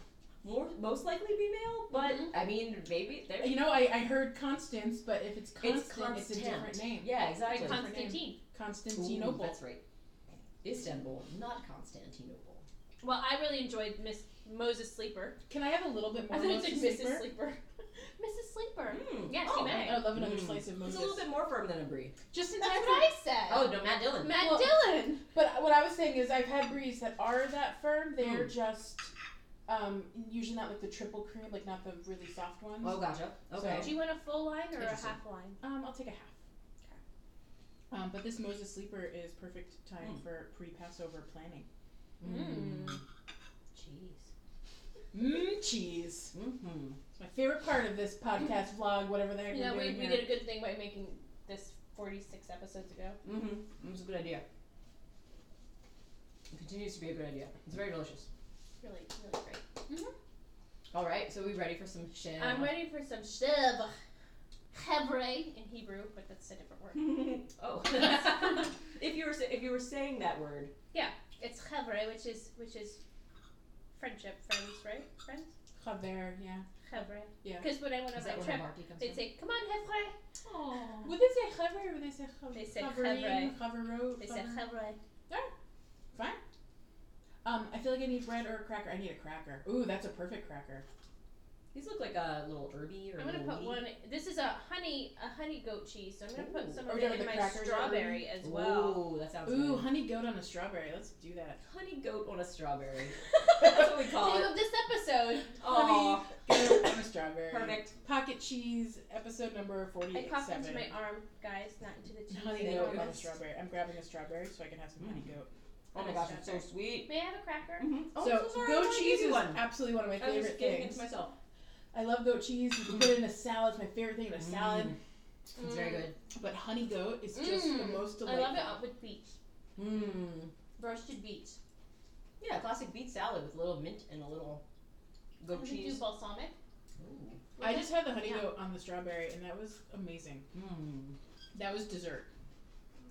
more most likely be male. But Mhm. I mean, maybe there. you know, I, I heard Constance, but if it's Constant, it's, a different Constant. name. Yeah, exactly. Con- Constantine. Ooh, Constantinople. that's right. Istanbul, not Constantinople. Well, I really enjoyed Miss Moses Sleeper. Can I have a little bit more? I thought you Moses said Sleeper? Mrs. Sleeper. Mrs. Sleeper. Mm. Yes, oh, you may. I would love love another Mm. slice of It's Moses. a little bit more firm than a brie. Just in That's time what for I said. Oh no, Matt Dillon. Matt Well- Dillon. But what I was saying is, I've had breeze that are that firm. They're just um, usually not like the triple cream, like not the really soft ones. Oh, gotcha. Okay. Do you want a full line or a Interesting. half line? Um, I'll take a half. Um, but this Moses sleeper is perfect Hmm. time for pre-Passover planning. Mm. Mm-hmm. Jeez. Mmm, cheese. Mm-hmm. It's my favorite part of this podcast vlog, whatever the heck Yeah, we're we, doing we here. did a good thing by making this 46 episodes ago. Mm-hmm. It was a good idea. It continues to be a good idea. It's very delicious. Really, really great. All right, so we ready for some sham? I'm ready for some shiv. Hebre in Hebrew, but that's a different word. oh. if you were sa- if you were saying that word, It's chevre, which is which is friendship, friends, right? Friends? Chaver, yeah. Chevre. Yeah. Because when I went on Is my that where trip, the Barty comes they'd from? say, "Come on, chevre." Would they say chaver or would they say chaver? Mm-hmm. They said chaverin, chavero, They said chaver- chevre. Um, I feel like I need bread or a cracker. I need a cracker. Ooh, that's a perfect cracker. These look like a little herby or. I'm gonna little put wheat. one. This is a honey, a honey goat cheese. So I'm gonna Ooh. put some Are of we it doing in the my crackers or strawberry as well. Ooh, that sounds. Ooh, good. honey goat on a strawberry. Let's do that. honey goat on a strawberry. that's what we call Name it. of this episode. Aw, Goat on a strawberry. perfect. Pocket cheese, episode number I forty-seven. coughed into my arm, guys, not into the cheese. honey I goat on a promise. strawberry. I'm grabbing a strawberry so I can have some honey goat. Oh my gosh, it's so sweet. May I have a cracker? Mm-hmm. Oh, so I'm so sorry. I goat wanna give cheese you is one. absolutely one of my I was favorite just getting things. into myself. I love goat cheese. You can put it in a salad. It's my favorite thing in a salad. Mm. It's very good. But honey goat is just the Mm. most I delightful. love it uh, with beets, Mmm. roasted beets. Yeah, classic beet salad with a little mint and a little We goat could do cheese. balsamic. I just had the honey Yeah. goat on the strawberry, and that was amazing. Mmm. That was dessert.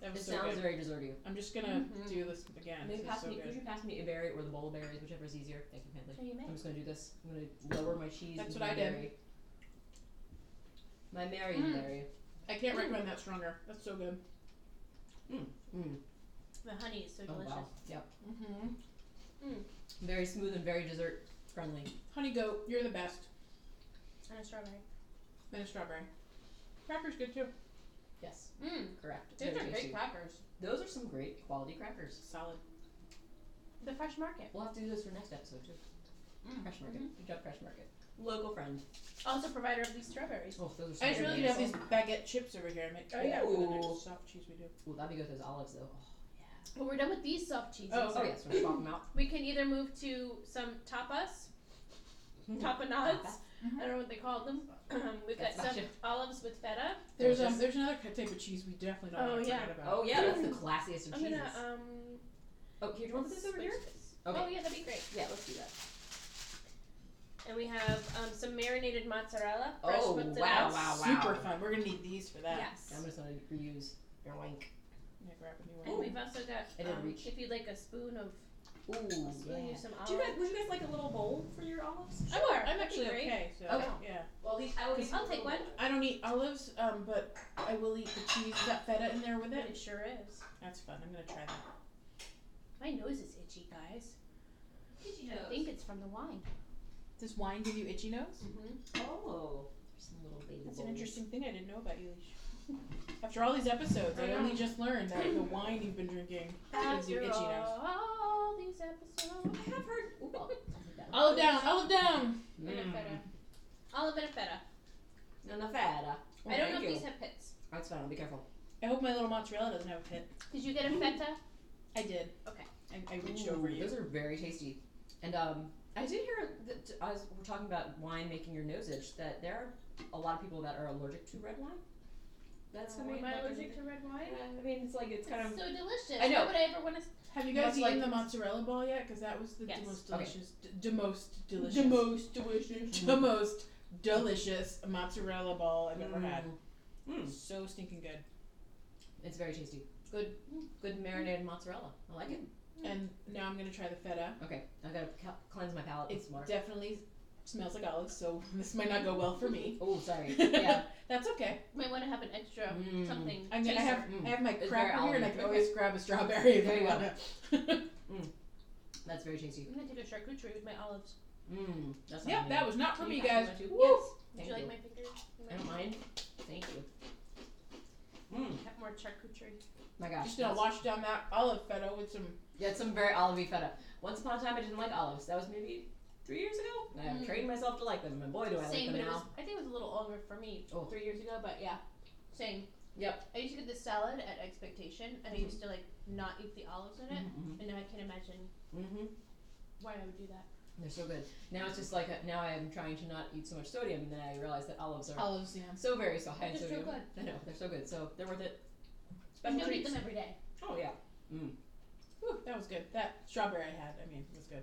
That It was so sounds good. very desserty. I'm just gonna Mhm. do this again. Maybe This is pass so me. Could good. you pass me a berry or the bowl of berries, whichever is easier? Thank you, Handley. Can you make? I'm just gonna do this. I'm gonna lower my cheese. That's into what my I did. Hmm. Berry. My Mary Mm. berry. I can't Mm. recommend that stronger. That's so good. The honey is so Oh delicious. wow. Yep. Mm-hmm. Very smooth and very dessert friendly. Honey goat, you're the best. And a strawberry. And a strawberry. Cracker's good too. Yes. Mmm. Correct. Those Very are tasty. great crackers. Those are some great quality crackers. Solid. The fresh market. We'll have to do those for next episode too. Mm. Fresh market. Mm-hmm. Good job, Fresh Market. Local friend. Also provider of these strawberries. Oh, those are. so I just good. really need to have these baguette chips over here. I make. Oh yeah. Ooh. Ooh. Soft cheese we do. Ooh, that'd be good with those olives though. But we're done with these soft cheeses. Oh, Oh yes, we're talking about. We can either move to some tapas, tapenades. I don't know what they called them. Um, We've got That's some gotcha. olives with feta. There's um. Delicious. There's another type of cheese we definitely don't Oh, want to yeah. forget about. Oh yeah, that's the classiest of I'm cheeses. gonna um. oh, here, do you want this over switch here? this. Okay. Oh yeah, that'd be great. Yeah, let's do that. And we have um, some marinated mozzarella. Fresh Oh, wow, mozzarella. wow. Super fun. We're gonna need these for that. Yes. I'm just gonna reuse your wink. I'm gonna grab a new And one. we've also I got, didn't um, reach. if you'd like a spoon of, Ooh, I'll spoon you some olive. Do you guys? Would you guys like a little bowl for your olives? Sure, I'm that'd be actually great. okay. So Okay. yeah. Well, these I will give I'll you take one. I don't eat olives, um, but I will eat the cheese. Is that feta in there with it? It sure is. That's fun. I'm gonna try that. My nose is itchy, guys. I think it's from the wine. Does wine give you itchy nose? Mm-hmm. Oh, some little baby. That's an bowls. interesting thing I didn't know about you, Leash. After all these episodes, I, I know. only just learned that the wine you've been drinking gives you After itchy nose. all these episodes. I have heard. Ooh, I'll, I'll take that. Olive down, olive down. And a Mm. feta. Olive and a feta. And the feta. I don't Oh, Thank know if you. these have pits. That's fine. Be careful. I hope my little mozzarella doesn't have a pit. Did you get Mm. a feta? I did. Okay. I, I reached Ooh, over you. Those are very tasty. And um, I did hear that I was, we're talking about wine making your nose itch. That there are a lot of people that are allergic to red wine. That's Oh, coming. Am I allergic to red wine? I mean, it's like it's kind of. so delicious. I know. Why would I ever want to? Have you guys Much eaten like- the mozzarella ball yet? Because that was the Yes. most Okay. delicious, d- the most delicious, The most delicious, the most delicious mozzarella ball I've ever had. Mm. Mm. So stinking good. It's very tasty. Good, good marinated mozzarella. I like it. And now I'm gonna try the feta. Okay, I gotta cal- cleanse my palate. It It's more. definitely smells like olives, so this might not go well for me. Oh, sorry. Yeah. That's okay. Might want to have an extra Mm. something. I'm gonna, I have Mm. I have my It's cracker very here, and I olive. can always grab a strawberry if There I you go. want to. That's very tasty. I'm gonna take a charcuterie with my olives. Mmm. That's yep, amazing. that was not for Can me, pass guys. me one too? Woo! Would Thank you like you. my fingers? I don't mind. Thank you. Mm. charcuterie. My gosh. Just gonna that's- wash down that olive feta with some. Yeah, some very olivey feta. Once upon a time, I didn't like olives. That was maybe three years ago. And I've Mm. trained myself to like them, and boy, do I same, like but them it now. was, I think it was a little older for me Oh. three years ago, but yeah, same. Yep. I used to get the salad at Expectation, and I used to like not eat the olives in it, Mm-hmm. and now I can't imagine mm-hmm. why I would do that. They're so good. Now it's just like a, now I am trying to not eat so much sodium, and then I realize that olives are Olives, yeah. so very so high in They're so sodium. good. I know they're so good, so they're worth it. I Special don't eat treats. them every day. Oh yeah. Ooh, that was good. That strawberry I had, I mean, was good.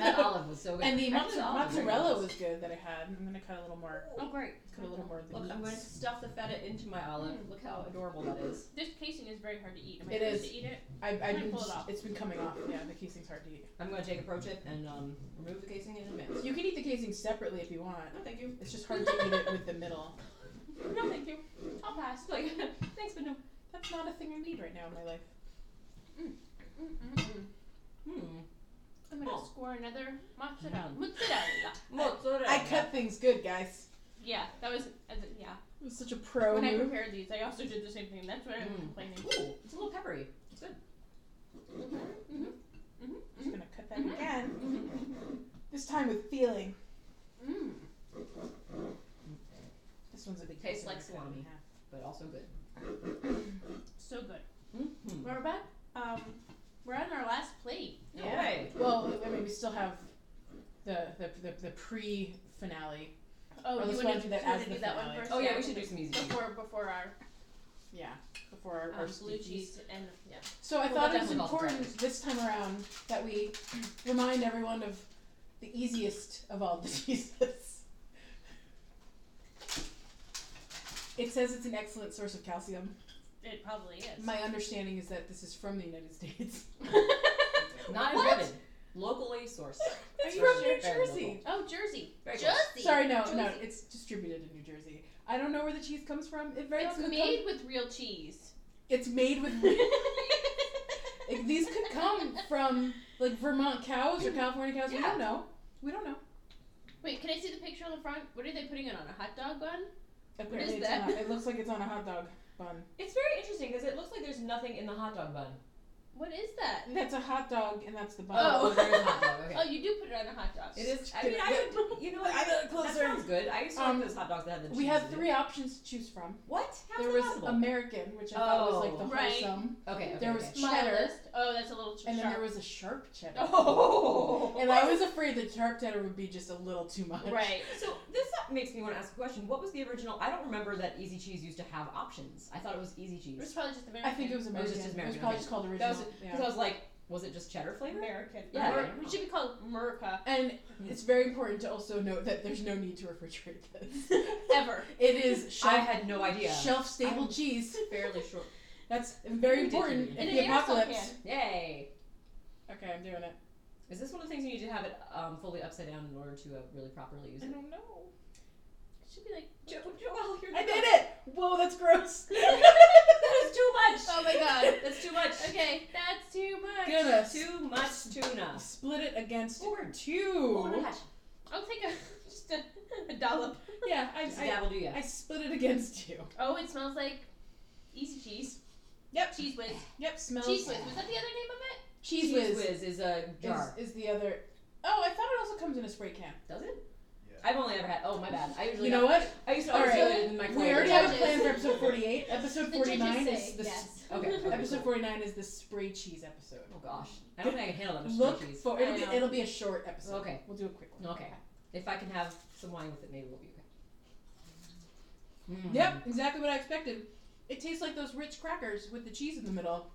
That olive was so good. and the Actually, mozza- olive was mozzarella good. was good that I had. I'm gonna cut a little more. Oh great! Hmm. Cut a little more of the Look, I'm going to meats. stuff the feta into my olive. Look how adorable that is. This casing is very hard to eat. Am I It supposed is. to eat it? I, I've gonna been, pull it off. it's been coming off. Yeah, the casing's hard to eat. I'm going to take a pro tip and um, remove the casing in advance. You can eat the casing separately if you want. No, thank you. It's just hard to eat it with the middle. No, thank you. I'll pass. Like, thanks, but no. That's not a thing I need right now in my life. Mm-mm-mm. Hmm. I'm gonna Oh. Mm-hmm. score another mozzarella. Mozzarella. Mozzarella. I cut things good, guys. Yeah, that was uh, yeah. It was such a pro when I move. prepared these, I also did the same thing. That's what I'm Mm. complaining. Ooh, it's a little peppery. It's good. Mm-hmm. just gonna cut that again. This time with feeling. Mm. This one's a big Tastes piece, I'm like gonna cut it in salami. half. But also good. So good. Mm-hmm. We're back. Um, we're on our last plate. Yeah. Well, I mean, we still have the the the, the pre finale. Oh, Or you let's want go to do that you wanna as the do that one finale. first? Oh yeah, we should do some easy. ones. before before our Yeah. Before our, our, our blue speeches. cheese and yeah. So I Um, Well, thought we'll it was definitely call it important this time around that we remind everyone of the easiest of all the cheeses. It says it's an excellent source of calcium. It probably is. My understanding is that this is from the United States. Not What? imported. Locally sourced. It's Very- from New very Jersey. local. oh, Jersey. Very Jersey. Sorry, no, no, Jersey. it's distributed in New Jersey. I don't know where the cheese comes from. It very well It's could made Come, with real cheese. it's made with. like, these could come from like Vermont cows or California cows. We Yeah. don't know. We don't know. Wait, can I see the picture on the front? What are they putting it on? A hot dog bun? Apparently, is it's that? On a, it looks like it's on a hot dog bun. It's very interesting because it looks like there's nothing in the hot dog bun. What is that? That's a hot dog, and that's the bun. Oh, there is a hot dog, okay. oh, you do put it on a hot dog. It is. I mean, I would. You know, what, I got it That closer. sounds good. I used to Um, like those hot dogs that had the cheese. We had in it. three options to choose from. What? How's there that was possible? American, which I thought was like the Oh. Right. wholesome, okay, okay. there was okay. Cheddar. cheddar, Oh, that's a little too and then sharp. there was a sharp cheddar. Oh. And I was afraid the sharp cheddar would be just a little too much. right. So this makes me want to ask a question. What was the original? I don't remember that Easy Cheese used to have options. I thought it was Easy It was Cheese. probably just American. I think it was It was American. just It was American, probably okay. just called original. That was because yeah. I was like, was it just cheddar flavor? American. Yeah. Mer- it should be called Murica. And Hmm. it's very important to also note that there's no need to refrigerate this. Ever. It is shelf, I had no idea. shelf stable I'm- cheese. Fairly short. That's very important in In an the aerosol apocalypse. can. Yay! Okay, I'm doing it. Is this one of the things you need to have it um, fully upside down in order to uh, really properly use it? don't know. It should be like. Jo- Joelle, you're I the- did it! Whoa, that's gross. That is too much. Oh my god. That's too much. Okay, that's too much. Goodness. Too much tuna. Split it against Oh, we're- Oh my two. gosh. I'll take a just a, a dollop. Yeah, I, Just I, dabble, do ya? I split it against two. Oh, it smells like easy cheese. Yep. Cheese whiz. Yep, smells. Cheese whiz. Was that the other name of it? Cheese whiz, is a jar. is, is the other. Oh, I thought it also comes in a spray can. Does it? Yeah. I've only ever had. Oh my bad. I usually You know what? I used to All always right. do it in the microwave. We already have have a plan for episode 48. Episode The judges 49 say is the. yes. Okay. Episode 49 is the spray cheese episode. Oh gosh. I don't think I can handle that much Look cheese. for it'll I be, know. it'll be a short episode. Okay. we'll do a quick one. Okay. If I can have some wine with it, maybe we'll be okay. Mm. Yep, exactly what I expected. It tastes like those rich crackers with the cheese in the middle.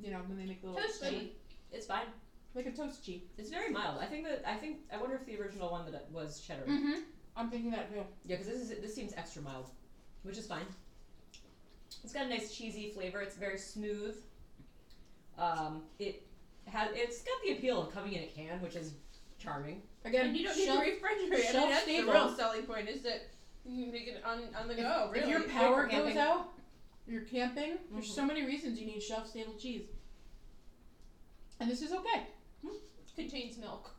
You know when they make the little Toast cheese. It's fine. like a toast cheese. It's very mild. I think that I think I wonder if the original one that was cheddar. Mm-hmm. I'm thinking that too. Yeah, because this is this seems extra mild, which is fine. It's got a nice cheesy flavor. It's very smooth. Um, it has it's got the appeal of coming in a can, which is charming. Again, And you don't shelf- need to refrigerate. I shelf mean, that's stable. the real selling point is that you can make it on, on the if, go, if really. your power If you're goes camping. out, you're camping. There's Mhm. so many reasons you need shelf stable cheese. And this is okay. contains milk.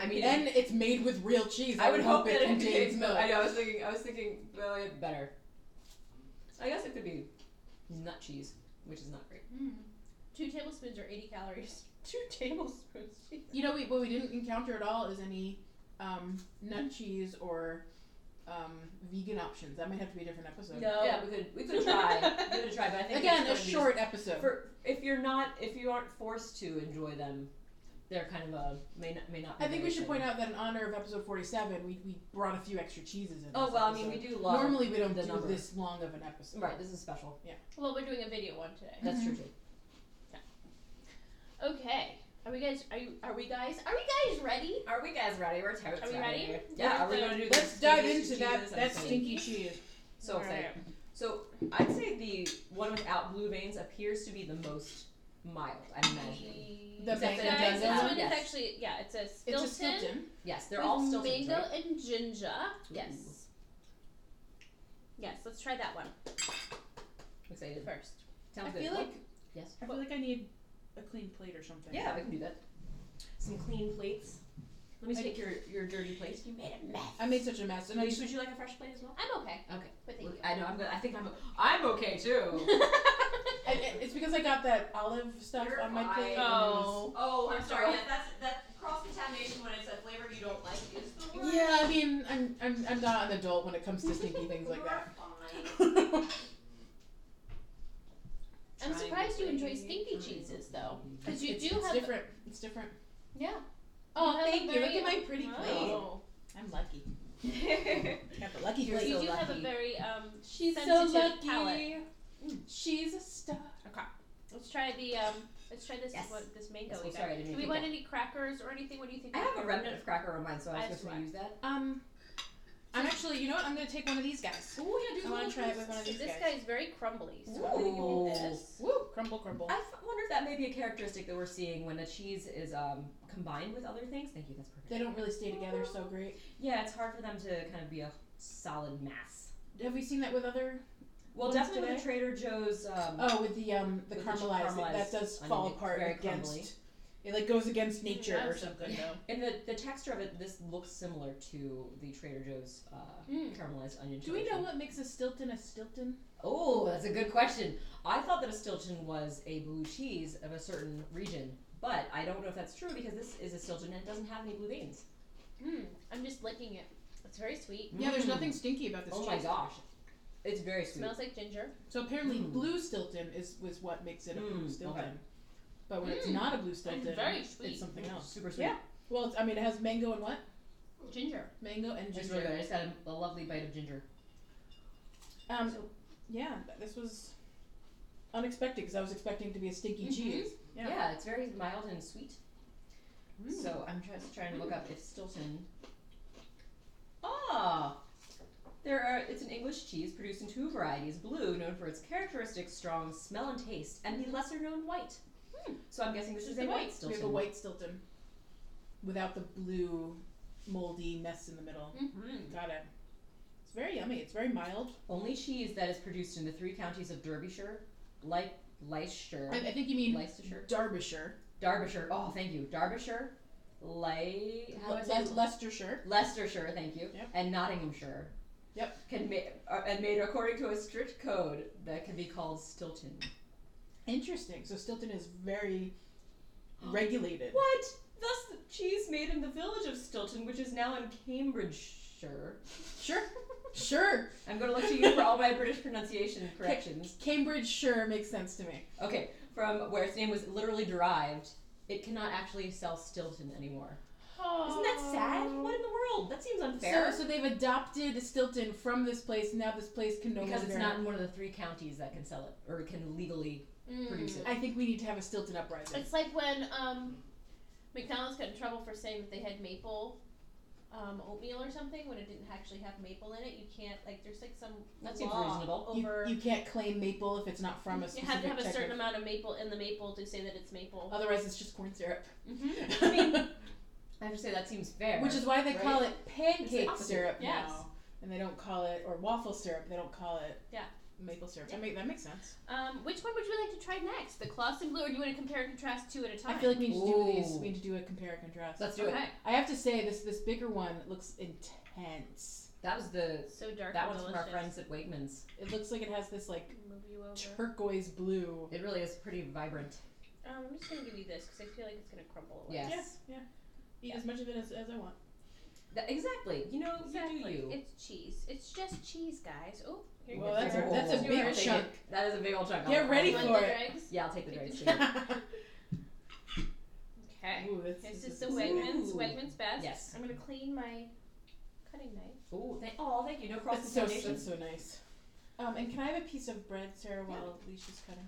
I mean, and it's made with real cheese. I would hope it that it contains milk. I know. I was thinking. I was thinking. Well, yeah, better. I guess it could be nut cheese, which is not great. Mm-hmm. Two tablespoons or 80 calories. Two tablespoons. Jesus. You know, we, what we didn't encounter at all is any um, nut cheese or um, vegan options. That might have to be a different episode. No. Yeah, we could we could try. we could try, but I think Again, a it's going to be- short episode. for if you're not if you aren't forced to enjoy them, they're kind of a may not may not. Be I think we should point out that in honor of episode 47, we, we brought a few extra cheeses in. Oh this well, I episode. mean we do love Normally we don't the do number. this long of an episode. right. This is special. Well, we're doing a video one today. That's true too. Okay. Are we guys? Are you? Are we guys? Are we guys ready? Are we guys ready? We're totes Are we ready? Yeah, are we Let's gonna do this? Let's dive Cheese, into that, cheeses, I'm that excited. stinky cheese. So excited. So I'd say the one without blue veins appears to be the most mild. I'm imagining. The Except mango guys, this doesn't? one Yes. is actually yeah. It's a Stilton. It's a Stilton. Yes, they're with all still mango and ginger. Ooh. Yes. Yes. Let's try that one Excited. first. Sounds I good. feel What- like Yes. I feel like I need a clean plate or something. Yeah, we can do that. Some clean plates. Let me I- take your, your dirty plate. You made a mess. I made such a mess, and I Would you, usually would you like a fresh plate as well? I'm okay. Okay. But thank Look, you. I know. I'm good. I think I'm. I'm okay too. I, I- it's because I got that olive stuff Your on my plate. Oh. Oh, I'm sorry. that's that cross contamination when it's a flavor you don't like is the and it was- Yeah, I mean, I'm, I'm I'm not an adult when it comes to stinky things like that. I'm Trying surprised you to enjoy be stinky very- cheeses though, because you it's, do it's have different. It's different. yeah. Oh, You have a thank you. Look very- Oh. at my pretty plate. Wow. I'm lucky. Got the lucky You're plate. You so do have a lucky. very um She's so sensitive lucky. Mm, palate. She's a star. Let's try the um. Let's try this Yes. one, this mango. Yes, I'm we got. sorry, I didn't do mean we to want get- any crackers or anything? What do you think? I we have a can- remnant of cracker on mine, so I I was just swear. gonna use that. Um, I'm actually. You know what? I'm gonna take one of these guys. Oh yeah, I want to try it with one of This these guys. guy is very crumbly. So I'm gonna Ooh. give you this. Woo! Crumble, crumble. I f- wonder if that may be a characteristic that we're seeing when a cheese is um, combined with other things. Thank you. That's perfect. They don't really stay together so great. Yeah, it's hard for them to kind of be a solid mass. Have we seen that with other? Well, Ones definitely with today? Trader Joe's. Um, Oh, with the um the With the caramelized, caramelized that does onion, fall it's apart very against. crumbly. It like goes against nature or that's- something though. And the, the texture of it, this looks similar to the Trader Joe's uh, Mm. caramelized onion. Do we solution. know what makes a Stilton a Stilton? Oh, that's a good question. I thought that a Stilton was a blue cheese of a certain region, but I don't know if that's true because this is a Stilton and it doesn't have any blue veins. Mm, I'm just licking it. It's very sweet. Yeah, there's Mm. nothing stinky about this Oh cheese. my gosh, it's very sweet. smells like ginger. So apparently, Hmm. Mm. blue Stilton is was what makes it a blue Mm, Stilton. okay. But when it's Mm. not a blue Stilton, Hmm, very sweet. it's something else. Super sweet. Yeah. Well, it's, I mean, it has mango and what? Ginger. Mango and It's ginger. really good. I just got a, a lovely bite of ginger. Um, yeah, th- this was unexpected because I was expecting it to be a stinky Mhm. cheese. Yeah, Yeah. it's very mild and sweet. Mm. So I'm just trying to look up if Stilton. Ah, there are. It's an English cheese produced in two varieties: blue, known for its characteristic strong smell and taste, and the lesser-known white. Hmm. So I'm guessing this This is is a the white white. We Stilton. have a white Stilton without the blue moldy mess in the middle. Mm-hmm. Got it. It's very yummy. It's very mild. Only cheese that is produced in the three counties of Derbyshire, like Leicestershire, I, I think you mean Leicestershire, Derbyshire, Derbyshire. Oh, thank you, Derbyshire, Lei. Oh, How do I Le- say Le- Leicestershire. Leicestershire, thank you, Yep. and Nottinghamshire. Yep. Can ma- are, and made according to a strict code that can be called Stilton. Interesting. So Stilton is very regulated. What? Thus, the cheese made in the village of Stilton, which is now in Cambridgeshire. Sure. Sure. I'm going to look to you for all my British pronunciation corrections. Cambridge sure makes sense to me. Okay, from where its name was literally derived, it cannot actually sell Stilton anymore. Isn't that sad? What in the world? That seems unfair. So, so they've adopted Stilton from this place. Now this place can no because longer. it's not in one of the three counties that can sell it or can legally Mm. produce it. I think we need to have a Stilton uprising. It's like when um, McDonald's got in trouble for saying that they had maple um, oatmeal or something when it didn't actually have maple in it. You can't like there's like some That seems law reasonable. You, over. you can't claim maple if it's not from a you specific have to have a type certain of- amount of maple in the maple to say that it's maple. Otherwise, it's just corn syrup. Mm-hmm. I mean, I have to say that seems fair. Which is why they call it It's pancake the opposite. syrup Yes. now, and they don't call it or waffle syrup. They don't call it Yeah. maple syrup. That, make, that makes sense. Um, which one would you like to try next? The Clausen blue, or do you want to compare and contrast two at a time? I feel like we need to do these. Ooh. We need to do a compare and contrast. Let's do okay. it. I have to say this this bigger one looks intense. That was the So dark. that and one's from our delicious. friends at Wegmans. It looks like it has this like Move you over. turquoise blue. It really is pretty vibrant. Um, I'm just gonna give you this because I feel like it's gonna crumble away. Yes. Yeah, yeah. Eat as much of it as, as I want. That- exactly. You know, you do Exactly. you. It's cheese. It's just cheese, guys. Oh, here Well, goes that's your- a, that's a Yours. big Take chunk. it. That is a big old chunk. I'll- Get ready You want for the it. dregs? Yeah, I'll take the dregs. too. Ooh, Okay. this, This this is the is- Wegmans. Ooh. Wegmans best. Yes. I'm gonna clean my cutting knife. Ooh, thank, oh, thank you. No cross That's so, contamination. that's so nice. Um, and can I have a piece of bread, Sarah, while Alicia's cutting?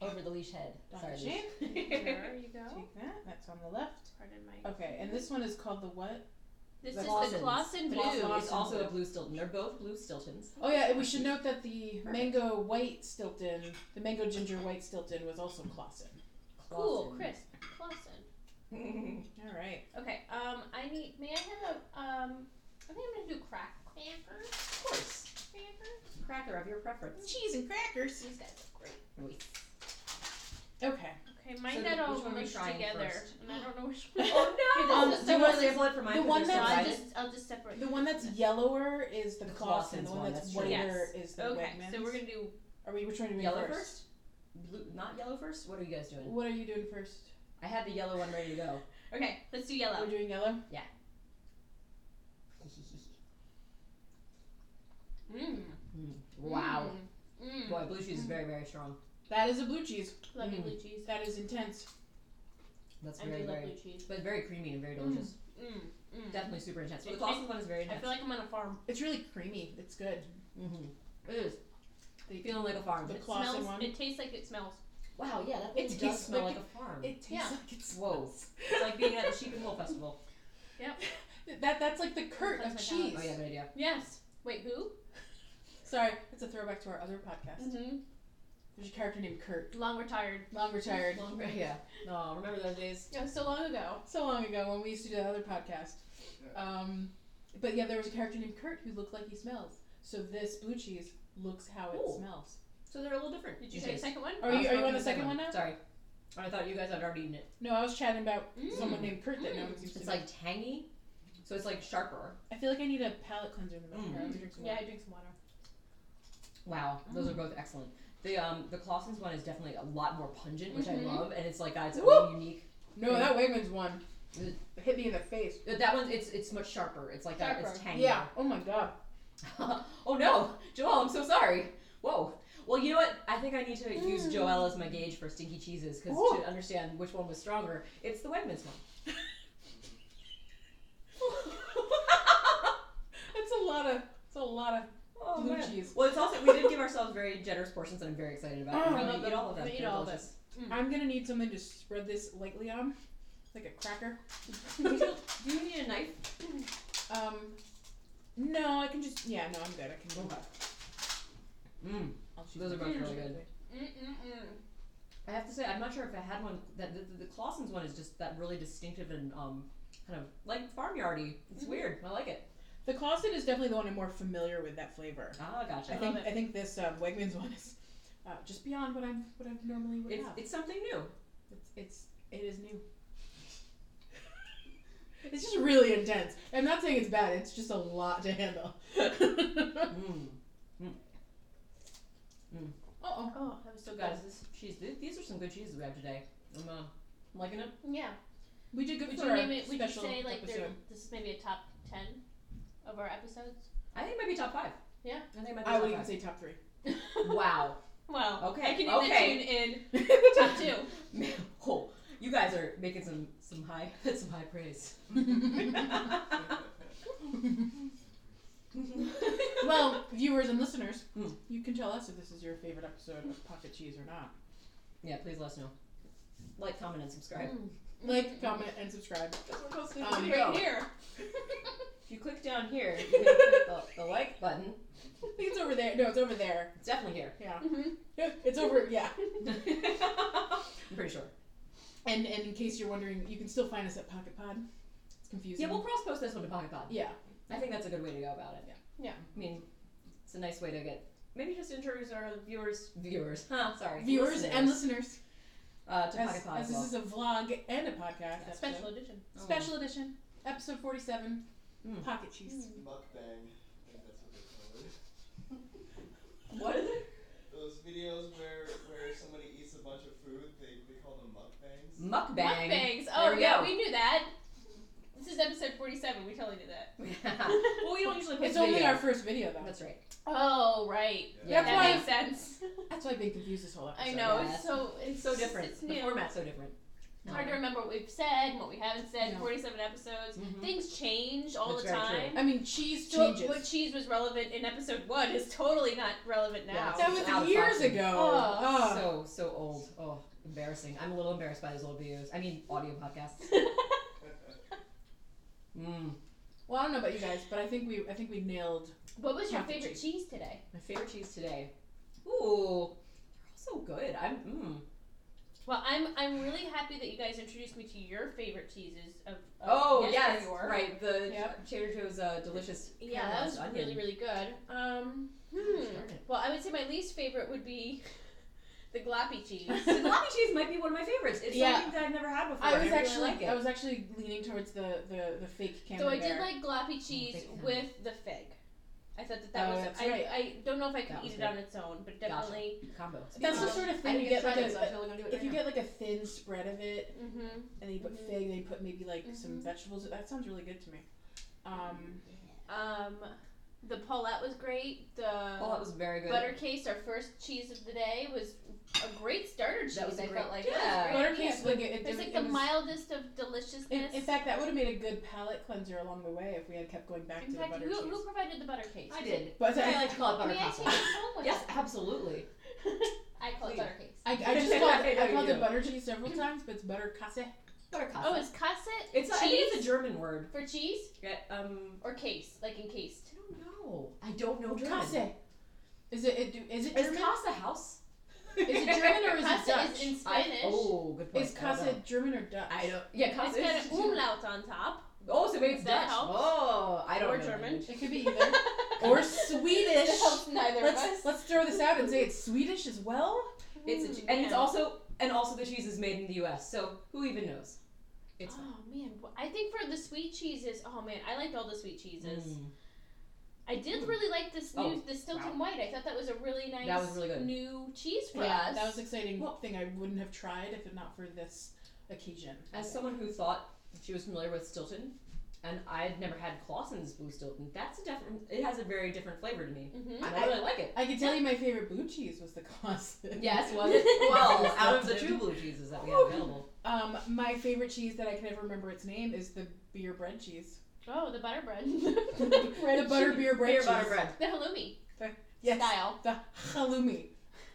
Over the leash head. Dr. Sorry, Shane, leash. There you go. take that. That's on the left. Pardon my. Okay, and this one is called the what? This The is the Clausens. Clausen The blue. Clausen. It's also a blue Stilton. They're both blue Stiltons. Oh yeah, and we should note that the mango white Stilton, the mango ginger white Stilton, was also Clausen. Cool, Clausen. crisp. Clausen. All right. Okay. Um, I need. May I have a? Um, I think I'm gonna do crack crackers. Of course. Crackers. Cracker of your preference. Cheese and crackers. These guys look great. Okay. Okay, mine So got the- all which one are we mushed trying together, first? and I don't know which one. Oh Here, no! Um, this is do so you one want of to the- sample it for mine the 'cause one they're so that's- I'll divided? just I'll just separate. The one that's yellower is the The Clausen. Clausen's The one one, that's that's true. whiter Yes. is the Okay, Wegmans. so we're gonna do. Are we which one are we doing Yellow first? first? Blue, not yellow first? What are you guys doing? What are you doing first? I had the yellow one ready to go. Okay, let's do We're yellow. doing yellow. Mmm. wow. Mmm. Boy, blue cheese is very, very strong. That is a blue cheese. Love you, Mm. blue cheese. That is intense. That's I very, do love very. blue cheese. But very creamy and very delicious. Mmm. Mmm. Definitely super intense. But the It Clausen one is very I intense. feel like I'm on a farm. It's really creamy. It's good. mm-hmm. It is. The- Feeling like a farm. the It Clausen smells. one. It tastes like it smells. Wow, yeah, that It really does tastes smell like like, a farm. It tastes Yeah. like it's Whoa. it's like being at the Sheep and Wool Festival. that that's like the Kurt That's of my cheese. Oh, yeah, good idea. Yes. Wait, who? Sorry, that's a throwback to our other podcast. Mm-hmm. There's a character named Kurt. Long retired. Long retired. Long Yeah. No, remember those days? That was so long ago. so long ago when we used to do that other podcast. Um, but yeah, there was a character named Kurt who looked like he smells. So this blue cheese looks how it Ooh. smells. So they're a little different. Did you in say the taste. second one? Are I you was are you talking on to the second one now? Sorry. I thought you guys had already eaten it. No, I was chatting about Mm. someone named Kurt that no Mm. one seems to It's know. like tangy, so it's like sharper. I feel like I need a palate cleanser in the middle. Mm. here. I'm gonna drink some Yeah, water. I drink some water. Wow, those are both excellent. The um the Clausen's one is definitely a lot more pungent, which Mhm. I love, and it's like got its Woo! own unique. No, that Wegmans one Good. hit me in the face. uh, That one's it's it's much sharper. It's like A, it's Sharper. tangy. Yeah. Oh my god. oh no, Joelle, I'm so sorry. Whoa. Well, you know what? I think I need to use Joelle as my gauge for stinky cheeses because Ooh. to understand which one was stronger, it's the Wegmans one. That's a lot of. That's a lot of. Oh, Blue man. cheese. Well, it's also we did give ourselves very generous portions that I'm very excited about. Oh, I'm I gonna love eat them. all of them. I'm gonna eat They're all of delicious. I'm gonna need something to spread this lightly on, like a cracker. Do you- Do you need a knife? um. No, I can just. Yeah, no, I'm good. I can. Okay. Mm. I'll choose Oh, Those are my both favorite. really good. Mm-mm-mm. I have to say, I'm not sure if I had one. That the, the, the Clausen's one is just that really distinctive and um kind of like farmyardy. It's Mhm. weird. I like it. The Clausen is definitely the one I'm more familiar with that flavor. Ah, gotcha. I love think it. I think this um, Wegmans one is uh, just beyond what I'm what I normally would it's, have. it's something new. It's, it's it is new. it's just really intense. I'm not saying it's bad. It's just a lot to handle. oh, Mm. oh, Oh, that was so So good. guys, this cheese. th- These are some good cheeses we have today. I'm uh, I'm liking it. Yeah. we did good Would for you our name it? Would you special say like they're- episode. this is maybe a top ten of our episodes? I think it might be top five. Yeah. I think it might be I top would even five. say top three. Wow. Well, Okay, I can even okay. tune in top two. Man, oh, you guys are making some some high some high praise. well, viewers and listeners, Hmm. Mm. you can tell us if this is your favorite episode of Pocket Cheese or not. yeah, please let us know. Mm-hmm. Like, comment, and subscribe. Mm-hmm. Like, comment, and subscribe. Um, Mm. right here. If you click down here, you can click the, the like button. I think it's over there. No, it's over there. It's definitely here. Yeah, Mhm. it's over. Yeah. I'm pretty sure. And and in case you're wondering, you can still find us at Pocket Pod. It's confusing. Yeah, we'll cross post this one to Pocket Pod. Yeah. I think that's a good way to go about it. Yeah. Yeah. I mean, it's a nice way to get maybe just introduce our viewers, viewers. Huh? Sorry, viewers and listeners, listeners, uh, to as, Pocket Pod as as this well. is a vlog and a podcast Yeah. episode. Special edition. Oh. special edition, episode forty-seven. Hmm. Pocket cheese. Mukbang. I think that's what they call it. What is it? Those videos where where somebody eats a bunch of food, they, they call them mukbangs. Mukbang. Mukbangs. Oh There we yeah, go. we knew that. This is episode forty-seven. We totally knew that. well, we don't usually post It's only video. our first video though. That's right. Oh right. Yeah. that That's makes sense. That's why I've been confused this whole episode. I know. yeah. It's so it's So different. It's the new. format's so different. It's hard to remember what we've said and what we haven't said. Yeah. Forty-seven episodes. Mhm. Mm-hmm. Things change all That's the very time. true. I mean, cheese So changes. what cheese was relevant in episode one is totally not relevant now. Yeah. that Out was of years fashion. ago. Oh, So so old. Oh, embarrassing. I'm a little embarrassed by those old videos. I mean, audio podcasts. Mm. Well, I don't know about you guys, but I think we I think we nailed what was your Pocket favorite cheese today? My favorite cheese today. Ooh, they're all so good. I'm. Mm. Well, I'm I'm really happy that you guys introduced me to your favorite cheeses of. of Oh yes, yesteryear. right. The Yep. Trader Joe's uh, delicious. Yeah, that was caramelized onion. really really good. Um, hmm. Darn it. Well, I would say my least favorite would be the gloppy cheese. The gloppy cheese might be one of my favorites. It's Yeah. something that I've never had before. I was really actually like it. I was actually leaning towards the the, the fake camera. so I did like gloppy cheese fig Newton. with the fig. I thought that that Oh, was. that's I, right. I don't know if I could That eat was it on its own, but definitely. combo. That's the Um, sort of I thing you need to get try like this. I'm a, totally gonna do it if right you now. get like a thin spread of it hmm and then you put Mm-hmm. Mhm. fig and then you put maybe like some Mhm. vegetables. That sounds really good to me. Um, Um, the Paulette was great. The Oh, that was very good. butter case, our first cheese of the day, was a great starter cheese. was a I great- felt like yeah. that was butter great. case like it, it, It was did- like it the was- mildest of in, deliciousness. in fact, that would have made a good palate cleanser along the way if we had kept going back In to fact, the butter who, cheese. who provided the butter case? I did. But I I- like to call it butter May I castle. take it home with yes, me? absolutely. I call it Please. butter case. I, I just Yeah, called, it- yeah, I called you it do. butter cheese several times, but it's butter casse. Butter castle. Oh, is casset it's a, I think cheese it's a German word. for cheese Yeah, um, or case, like encased? I don't know. I don't know German. Casse. Is it, it do- is it Is German? casa house? Is it German or is it Casa Dutch? is in I, Spanish. oh, good point. Is I don't casa know. German or Dutch? I don't. Yeah, It's casa got is. an umlaut on top, oh, so maybe Does it's that Dutch. help? Oh, I don't or know. German. It could be either. or Swedish. It helps neither of us. Let's, let's throw this out and say it's Swedish as well. It's a, Mm, che- and it's man. also and also the cheese is made in the U.S. So who even knows? Ah. It's Oh man, Wh- I think for the sweet cheeses, oh man, I liked all the sweet cheeses. Mm. I did Mm. really like this new, Oh, the Stilton wow. White. I thought that was a really nice, That was really good. new cheese for yeah, us. that was an exciting Well- thing I wouldn't have tried if it not for this occasion. As someone who thought she was familiar with Stilton, and I had never had Clausen's Blue Stilton, that's a different. It has a very different flavor to me. hmm And I, really like it. I can tell you my favorite blue cheese was the Clausen. Yes, was it? Well, out of the two Stilton. blue cheeses that we have available, Um, my favorite cheese that I can never remember its name is the beer bread cheese. Oh, the butter bread, the butter beer bread beer, cheese. butter, bread. the halloumi Yes. style. The halloumi.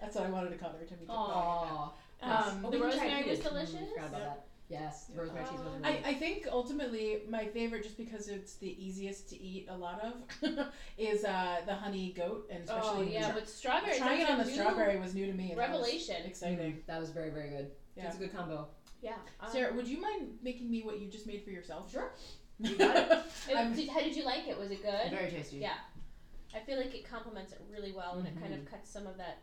That's what I wanted to call it every time Oh, you kept calling Aww. it that. Um, The rosemary was delicious. forgot about that. Yes, the Yeah. rosemary cheese was Oh. really I, I think ultimately my favorite, just because it's the easiest to eat a lot of, is uh, the honey goat, and Oh especially yeah, with strawberry. trying it that's on a the new strawberry was new to me. and that was Revelation. exciting. Mm, That was very, very good. Yeah. It's a good combo. Yeah. Um, Sarah, would you mind making me what you just made for yourself? Sure. You got it. it- I'm- did- how did you like it? Was it good? Very tasty. Yeah. I feel like it complements it really well, and it kind of cuts some of that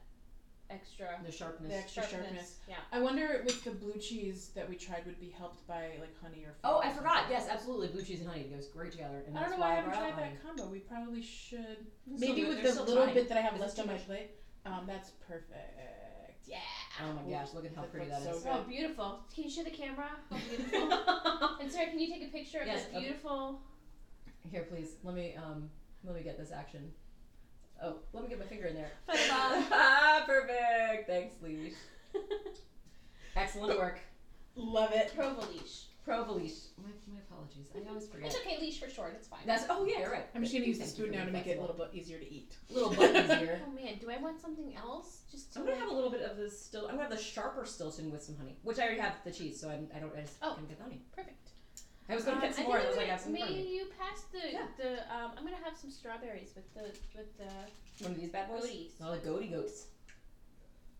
extra The sharpness. the extra sharpness. Yeah. I wonder if the blue cheese that we tried would be helped by like honey or. Oh, fruit I or forgot. something. Yes, absolutely. Blue cheese and honey goes great together. And I don't that's know why I haven't brought tried out honey. that combo. We probably should. There's Maybe still- with there's the still little time. bit that I have Is it left on too my much? plate. Um, that's perfect. Yeah. Oh my gosh, look at how That pretty that looks is. so Oh, beautiful. Can you show the camera? How beautiful. and Sarah, can you take a picture of Yes, that okay. beautiful? Here, please. Let me um, let me get this action. Oh, let me get my finger in there. Ta-da. ah, perfect. Thanks, Leash. Excellent work, Love it. Provo leash. Pro Leash. My, my apologies. I always forget. It's okay, leash for short. It's fine. That's oh yeah, you're right. I'm just gonna use the Thank you spoon for now to being make it a flexible. little bit easier to eat. little bit easier. oh man, do I want something else? Just to I'm gonna like- have a little bit of this still. I'm gonna have the sharper Stilton with some honey, which I already have the cheese, so I, I don't. I just Oh. can get the honey. perfect. I was gonna Um, get I some more. think and I I'm was like, I gonna- have some in front of May me. you pass the Yeah. the um? I'm gonna have some strawberries with the with the. One of these bad boys. Goaties. All the goaty goats.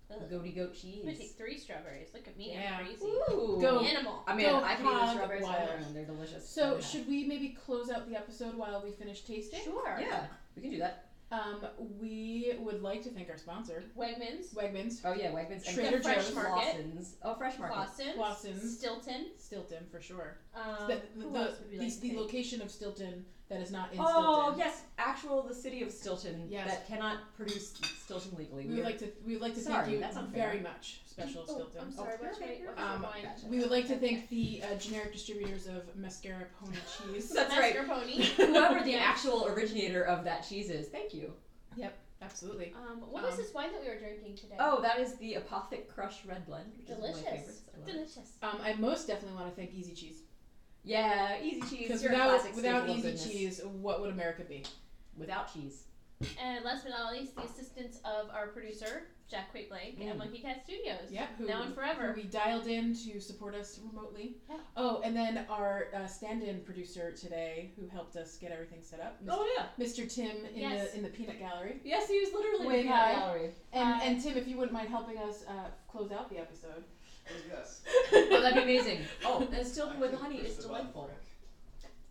Ugh. Goaty goat I'm gonna take cheese. three strawberries. Look at me, Yeah. I'm crazy. Ooh. Go. Animal. I mean, Go I've eaten the hog strawberries on their wild. own. They're delicious. So Okay. should we maybe close out the episode while we finish tasting? Sure. Yeah, we can do that. Um, we we would like to thank our sponsor, Wegmans, Wegmans, Oh yeah, Wegmans. and Trader Fresh Joe's. Market. Lawson's. Oh, Fresh Market. Clausen, Lawson's, Stilton. Stilton for sure. Um, the the, who the, else would we like the- to the thank? location of Stilton that is not in Oh Stilton. yes, actual the city of Stilton Yes. that cannot produce Stilton legally. We would like to we would like to Sorry, thank you that's unfair. very much, special Oh, Stilton. I'm sorry, Oh, what's okay, my- you're what's my Um, wine? we would like to thank the uh, generic distributors of mascara pony cheese. That's right. Mascarpone. Whoever the Yes. actual originator of that cheese is, thank you. Absolutely. Um, what was Um, this wine that we were drinking today? Oh, that is the Apothic Crush Red Blend. Which Is one of my delicious. favorites. I love it. Delicious. Um, I most definitely want to thank Easy Cheese yeah, easy cheese. because you're a without classic without staple of Easy goodness. Cheese, what would America be? without cheese. And last but not least, the assistance of our producer, Jack Quake Blake Mm. at Monkey Cat Studios. Yep. Who, Now and forever. who we dialed in to support us remotely. Yeah. Oh, and then our uh, stand-in producer today, who helped us get everything set up, Mr. Oh yeah. Mr. Tim in Yes. the in the peanut gallery. Yes, he was literally Wait, in the hi. gallery. And Hi. and Tim, if you wouldn't mind helping us uh, close out the episode. Oh, yes. Oh, that'd be amazing. Oh, and Stilton with Actually, honey push is the button, delightful. Frank.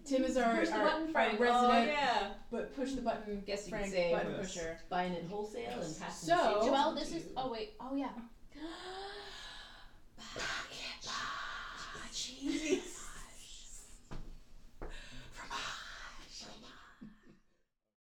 Tim is our, Push the our, button, our Frank. resident Oh yeah. but push the button Guess you could Frank say button yes. pusher. Buying it wholesale and passing So- the same Well, to this is. you. Oh wait. Oh yeah.